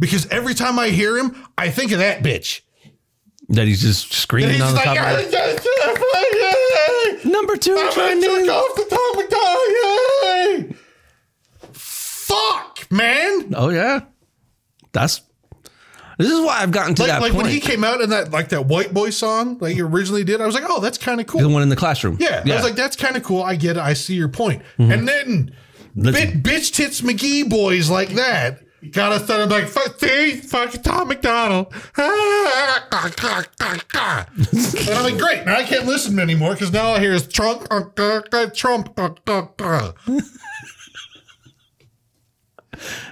[SPEAKER 2] Because every time I hear him, I think of that bitch.
[SPEAKER 1] that he's just screaming
[SPEAKER 2] And he's
[SPEAKER 1] on
[SPEAKER 2] just
[SPEAKER 1] the
[SPEAKER 2] like,
[SPEAKER 1] top of it.
[SPEAKER 2] I'm
[SPEAKER 1] Number two,
[SPEAKER 2] gonna jerk
[SPEAKER 1] trending.
[SPEAKER 2] off the Tom McDonald. Yay! Fuck, man.
[SPEAKER 1] Oh yeah, that's. This is why I've gotten to
[SPEAKER 2] Like,
[SPEAKER 1] that
[SPEAKER 2] like
[SPEAKER 1] point.
[SPEAKER 2] when he came out in that like that white boy song like he originally did, I was like, oh, that's kind of
[SPEAKER 1] the
[SPEAKER 2] cool.
[SPEAKER 1] one in the classroom.
[SPEAKER 2] Yeah. I was like, that's kind of cool. I get it. I see your point. And then
[SPEAKER 1] Listen.
[SPEAKER 2] bit, bitch tits McGee boys like that. Got us started like fuck they fucking Tom McDonald. and I'm like, great, now I can't listen to anymore because now I hear is Trump uh, uh, uh, Trump. uh, uh, uh.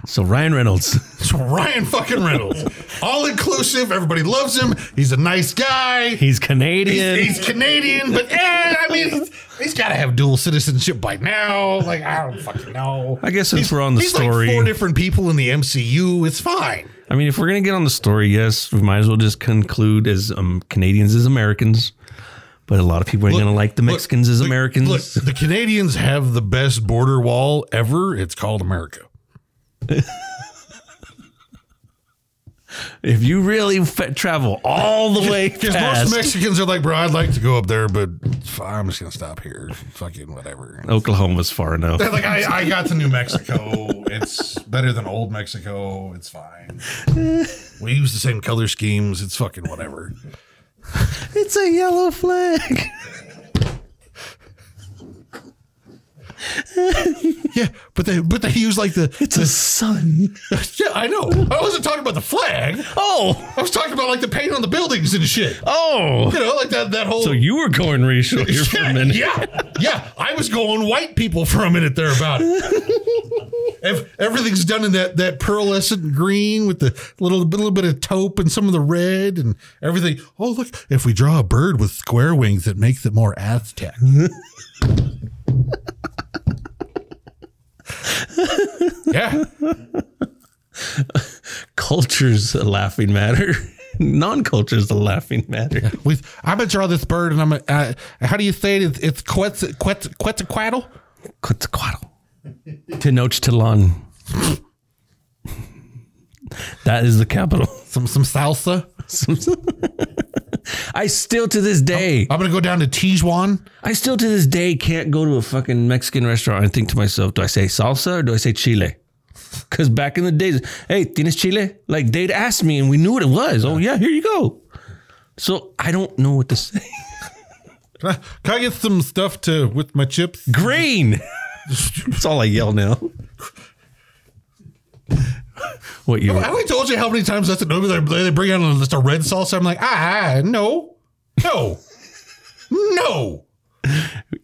[SPEAKER 1] so Ryan Reynolds.
[SPEAKER 2] It's Ryan fucking Reynolds. All inclusive, everybody loves him. He's a nice guy.
[SPEAKER 1] He's Canadian.
[SPEAKER 2] He's Canadian, but eh, I mean, he's- he's got to have dual citizenship by now. Like, I don't fucking know.
[SPEAKER 1] I guess since we're on the
[SPEAKER 2] he's
[SPEAKER 1] story,
[SPEAKER 2] like four different people in the MCU. It's fine.
[SPEAKER 1] I mean, if we're gonna get on the story, yes, we might as well just conclude as um, Canadians as Americans. But a lot of people are going to like the Mexicans as
[SPEAKER 2] the-
[SPEAKER 1] Americans.
[SPEAKER 2] Look, the Canadians have the best border wall ever. It's called America.
[SPEAKER 1] If you really fa- travel all the way
[SPEAKER 2] Because most
[SPEAKER 1] past
[SPEAKER 2] Mexicans are like, bro, I'd like to go up there, but f- I'm just gonna stop here. Fucking whatever.
[SPEAKER 1] Oklahoma's far enough.
[SPEAKER 2] Like I, I got to New Mexico. It's better than old Mexico. It's fine. We use the same color schemes. It's fucking whatever.
[SPEAKER 1] It's a yellow flag.
[SPEAKER 2] Yeah, but they but they use like the
[SPEAKER 1] It's a sun.
[SPEAKER 2] yeah. I know. I wasn't talking about the flag.
[SPEAKER 1] Oh,
[SPEAKER 2] I was talking about like the paint on the buildings and shit.
[SPEAKER 1] oh.
[SPEAKER 2] You know, like that that whole.
[SPEAKER 1] So you were going racial here for a minute.
[SPEAKER 2] Yeah, yeah. I was going white people for a minute there about it. Ev- Everything's done in that that pearlescent green with the little little bit of taupe and some of the red and everything. Oh look! If we draw a bird with square wings, that makes it more Aztec. yeah,
[SPEAKER 1] Culture's a laughing matter. Non-culture's a laughing matter.
[SPEAKER 2] we. I'm gonna draw this bird, and I'm. Gonna, uh, how do you say it? It's, it's Quetz, Quetz, Quetzalcoatl.
[SPEAKER 1] Quetzalcoatl. Tenochtitlan. That is the capital.
[SPEAKER 2] Some some salsa.
[SPEAKER 1] I still to this day,
[SPEAKER 2] I'm gonna go down to Tijuana.
[SPEAKER 1] I still to this day can't go to a fucking Mexican restaurant and think to myself, do I say salsa or do I say chile? Because back in the days, hey, tienes chile? Like they'd ask me and we knew what it was. Oh yeah, here you go. So I don't know what to say.
[SPEAKER 2] Can I, can I get some stuff to with my chips?
[SPEAKER 1] Green. That's all I yell now. What you?
[SPEAKER 2] I already told you how many times that's an over there. They bring out just a red sauce. I'm like, ah, no, no, no.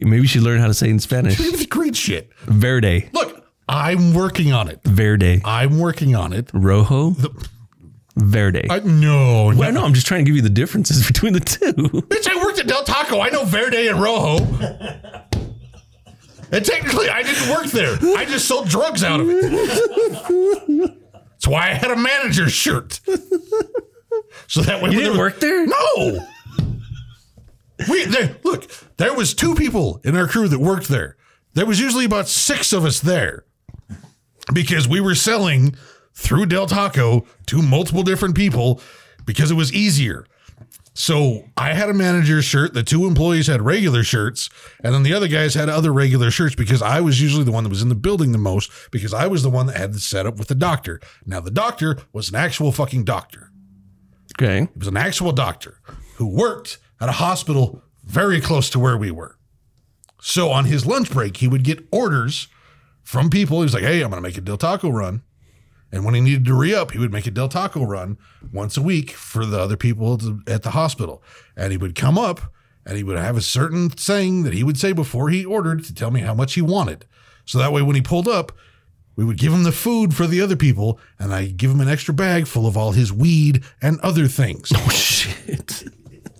[SPEAKER 1] Maybe you should learn how to say it in Spanish.
[SPEAKER 2] It's great shit.
[SPEAKER 1] Verde,
[SPEAKER 2] Look, I'm working on it.
[SPEAKER 1] verde,
[SPEAKER 2] I'm working on it.
[SPEAKER 1] rojo, verde.
[SPEAKER 2] I, no, no.
[SPEAKER 1] I know. I'm just trying to give you the differences between the two.
[SPEAKER 2] bitch, I worked at Del Taco. I know Verde and Rojo. and technically, I didn't work there. I just sold drugs out of it. That's why I had a manager's shirt. So that way,
[SPEAKER 1] You
[SPEAKER 2] when
[SPEAKER 1] didn't
[SPEAKER 2] there-
[SPEAKER 1] work there?
[SPEAKER 2] No. We there, look. There was two people in our crew that worked there. There was usually about six of us there because we were selling through Del Taco to multiple different people because it was easier. So I had a manager's shirt. The two employees had regular shirts, and then the other guys had other regular shirts because I was usually the one that was in the building the most because I was the one that had the setup with the doctor. Now the doctor was an actual fucking doctor.
[SPEAKER 1] Okay.
[SPEAKER 2] It was an actual doctor who worked at a hospital very close to where we were. So on his lunch break, he would get orders from people. He was like, hey, I'm going to make a Del Taco run. And when he needed to re up, he would make a Del Taco run once a week for the other people at the- at the hospital. And he would come up and he would have a certain thing that he would say before he ordered to tell me how much he wanted. So that way, when he pulled up, we would give him the food for the other people, and I give him an extra bag full of all his weed and other things.
[SPEAKER 1] Oh shit.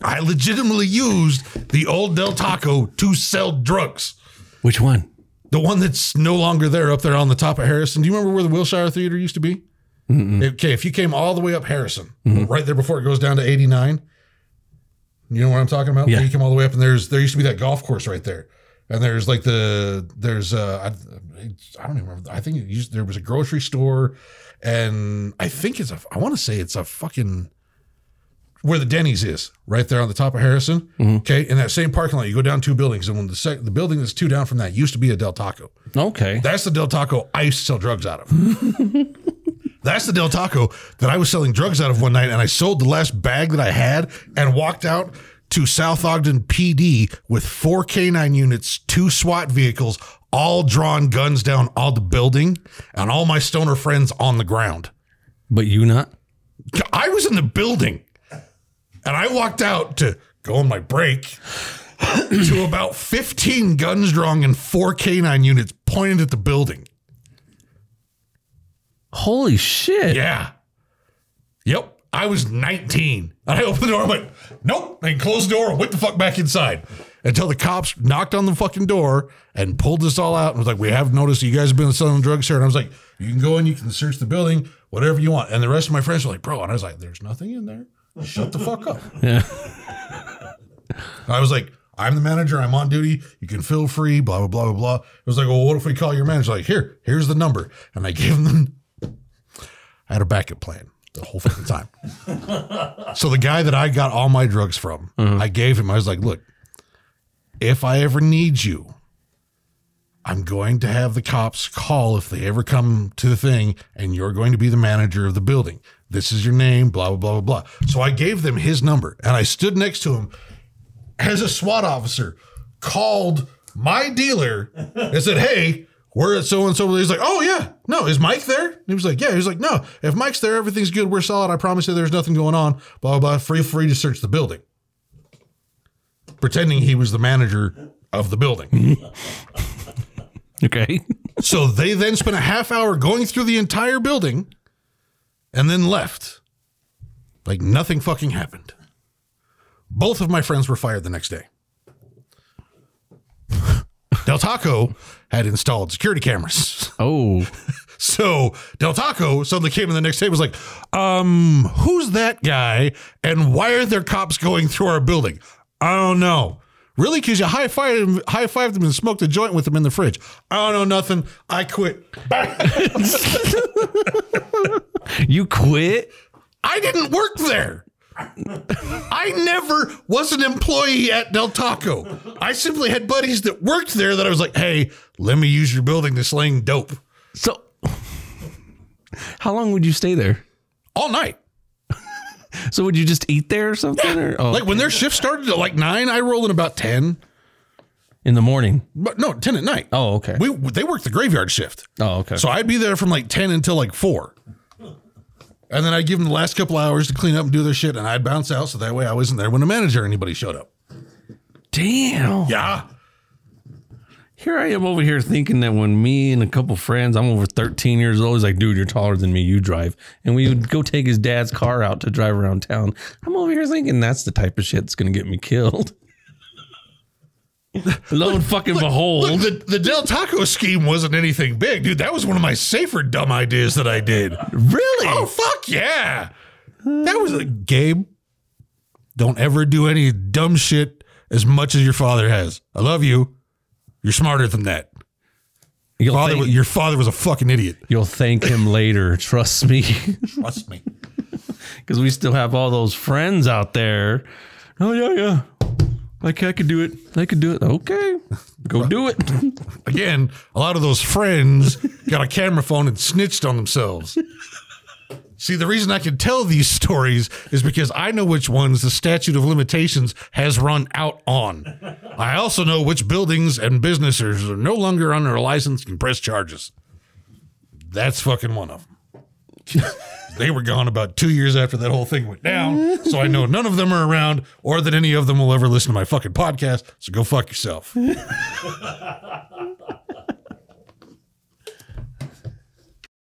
[SPEAKER 2] I legitimately used the old Del Taco to sell drugs.
[SPEAKER 1] Which one?
[SPEAKER 2] The one that's no longer there up there on the top of Harrison. Do you remember where the Wilshire Theater used to be? Okay, if you came all the way up Harrison, right there before it goes down to 89, you know what I'm talking about?
[SPEAKER 1] Yeah.
[SPEAKER 2] You came all the way up, and there's there used to be that golf course right there. And there's like the there's uh I, I don't even remember. I think it used there was a grocery store, and I think it's a I want to say it's a fucking where the Denny's is, right there on the top of Harrison. Okay, in that same parking lot, you go down two buildings, and when the sec- the building that's two down from that used to be a Del Taco.
[SPEAKER 1] Okay.
[SPEAKER 2] That's the Del Taco I used to sell drugs out of. That's the Del Taco that I was selling drugs out of one night, and I sold the last bag that I had and walked out to South Ogden PD with four K9 units, two SWAT vehicles, all drawn guns down all the building, and all my stoner friends on the ground.
[SPEAKER 1] But you not?
[SPEAKER 2] I was in the building and I walked out to go on my break to about 15 guns drawn and four canine units pointed at the building.
[SPEAKER 1] Holy shit.
[SPEAKER 2] Yeah. Yep. I was 19. And I opened the door and went, nope, and closed the door and went the fuck back inside until the cops knocked on the fucking door and pulled us all out and was like, we have noticed you guys have been selling drugs here. And I was like, you can go in, you can search the building, whatever you want. And the rest of my friends were like, bro. And I was like, there's nothing in there. Shut the fuck up.
[SPEAKER 1] Yeah.
[SPEAKER 2] And I was like, I'm the manager. I'm on duty. You can feel free. Blah blah blah blah blah. It was like, well, what if we call your manager? Like, here, here's the number. And I gave them. I had a backup plan the whole fucking time. so the guy that I got all my drugs from, I gave him. I was like, look, if I ever need you, I'm going to have the cops call if they ever come to the thing, and you're going to be the manager of the building. This is your name, blah, blah, blah, blah, blah. So I gave them his number, and I stood next to him as a SWAT officer, called my dealer and said, Hey, we're at so and so. He's like, Oh, yeah. No, is Mike there? And he was like, Yeah. He was like, No, if Mike's there, everything's good. We're solid. I promise you there's nothing going on, blah, blah, blah. Free, free to search the building. Pretending he was the manager of the building.
[SPEAKER 1] Okay.
[SPEAKER 2] So they then spent a half hour going through the entire building and then left. Like nothing fucking happened. Both of my friends were fired the next day. Del Taco had installed security cameras.
[SPEAKER 1] Oh,
[SPEAKER 2] So Del Taco suddenly came in the next day and was like, um, who's that guy and why are there cops going through our building? I don't know. Really? Because you high fived him, high fived him and smoked a joint with him in the fridge. I don't know nothing. I quit. Bye.
[SPEAKER 1] you quit?
[SPEAKER 2] I didn't work there. I never was an employee at Del Taco. I simply had buddies that worked there that I was like, hey, let me use your building to sling dope
[SPEAKER 1] So, how long would you stay there?
[SPEAKER 2] all night.
[SPEAKER 1] So, would you just eat there or something? Or, oh,
[SPEAKER 2] Like when their shift started at like nine, I rolled in about 10.
[SPEAKER 1] in the morning.
[SPEAKER 2] But no, ten at night.
[SPEAKER 1] Oh, okay.
[SPEAKER 2] we they worked the graveyard shift,
[SPEAKER 1] oh, okay.
[SPEAKER 2] so I'd be there from like ten until like four, and then I'd give them the last couple hours to clean up and do their shit, and I'd bounce out so that way I wasn't there when the manager or anybody showed up.
[SPEAKER 1] Damn.
[SPEAKER 2] Yeah,
[SPEAKER 1] Here I am over here thinking that when me and a couple friends, I'm over 13 years old, he's like, dude, you're taller than me. You drive. And we would go take his dad's car out to drive around town. I'm over here thinking that's the type of shit that's going to get me killed. Lo and fucking behold.
[SPEAKER 2] Look, the the Del Taco scheme wasn't anything big, dude. That was one of my safer dumb ideas that I did.
[SPEAKER 1] really?
[SPEAKER 2] Oh fuck yeah, that was a game. Don't ever do any dumb shit as much as your father has. I love you. You're smarter than that.
[SPEAKER 1] you'll,
[SPEAKER 2] Father,
[SPEAKER 1] thank,
[SPEAKER 2] wa- your father was a fucking idiot.
[SPEAKER 1] you'll thank him later. Trust me.
[SPEAKER 2] Trust me.
[SPEAKER 1] Because we still have all those friends out there. Oh, yeah, yeah. Like, I could do it. I could do it. Okay. Go do it.
[SPEAKER 2] Again, a lot of those friends got a camera phone and snitched on themselves. See, the reason I can tell these stories is because I know which ones the statute of limitations has run out on. I also know which buildings and businesses are no longer under a license and press charges. That's fucking one of them. they were gone about two years after that whole thing went down, so I know none of them are around or that any of them will ever listen to my fucking podcast, so go fuck yourself.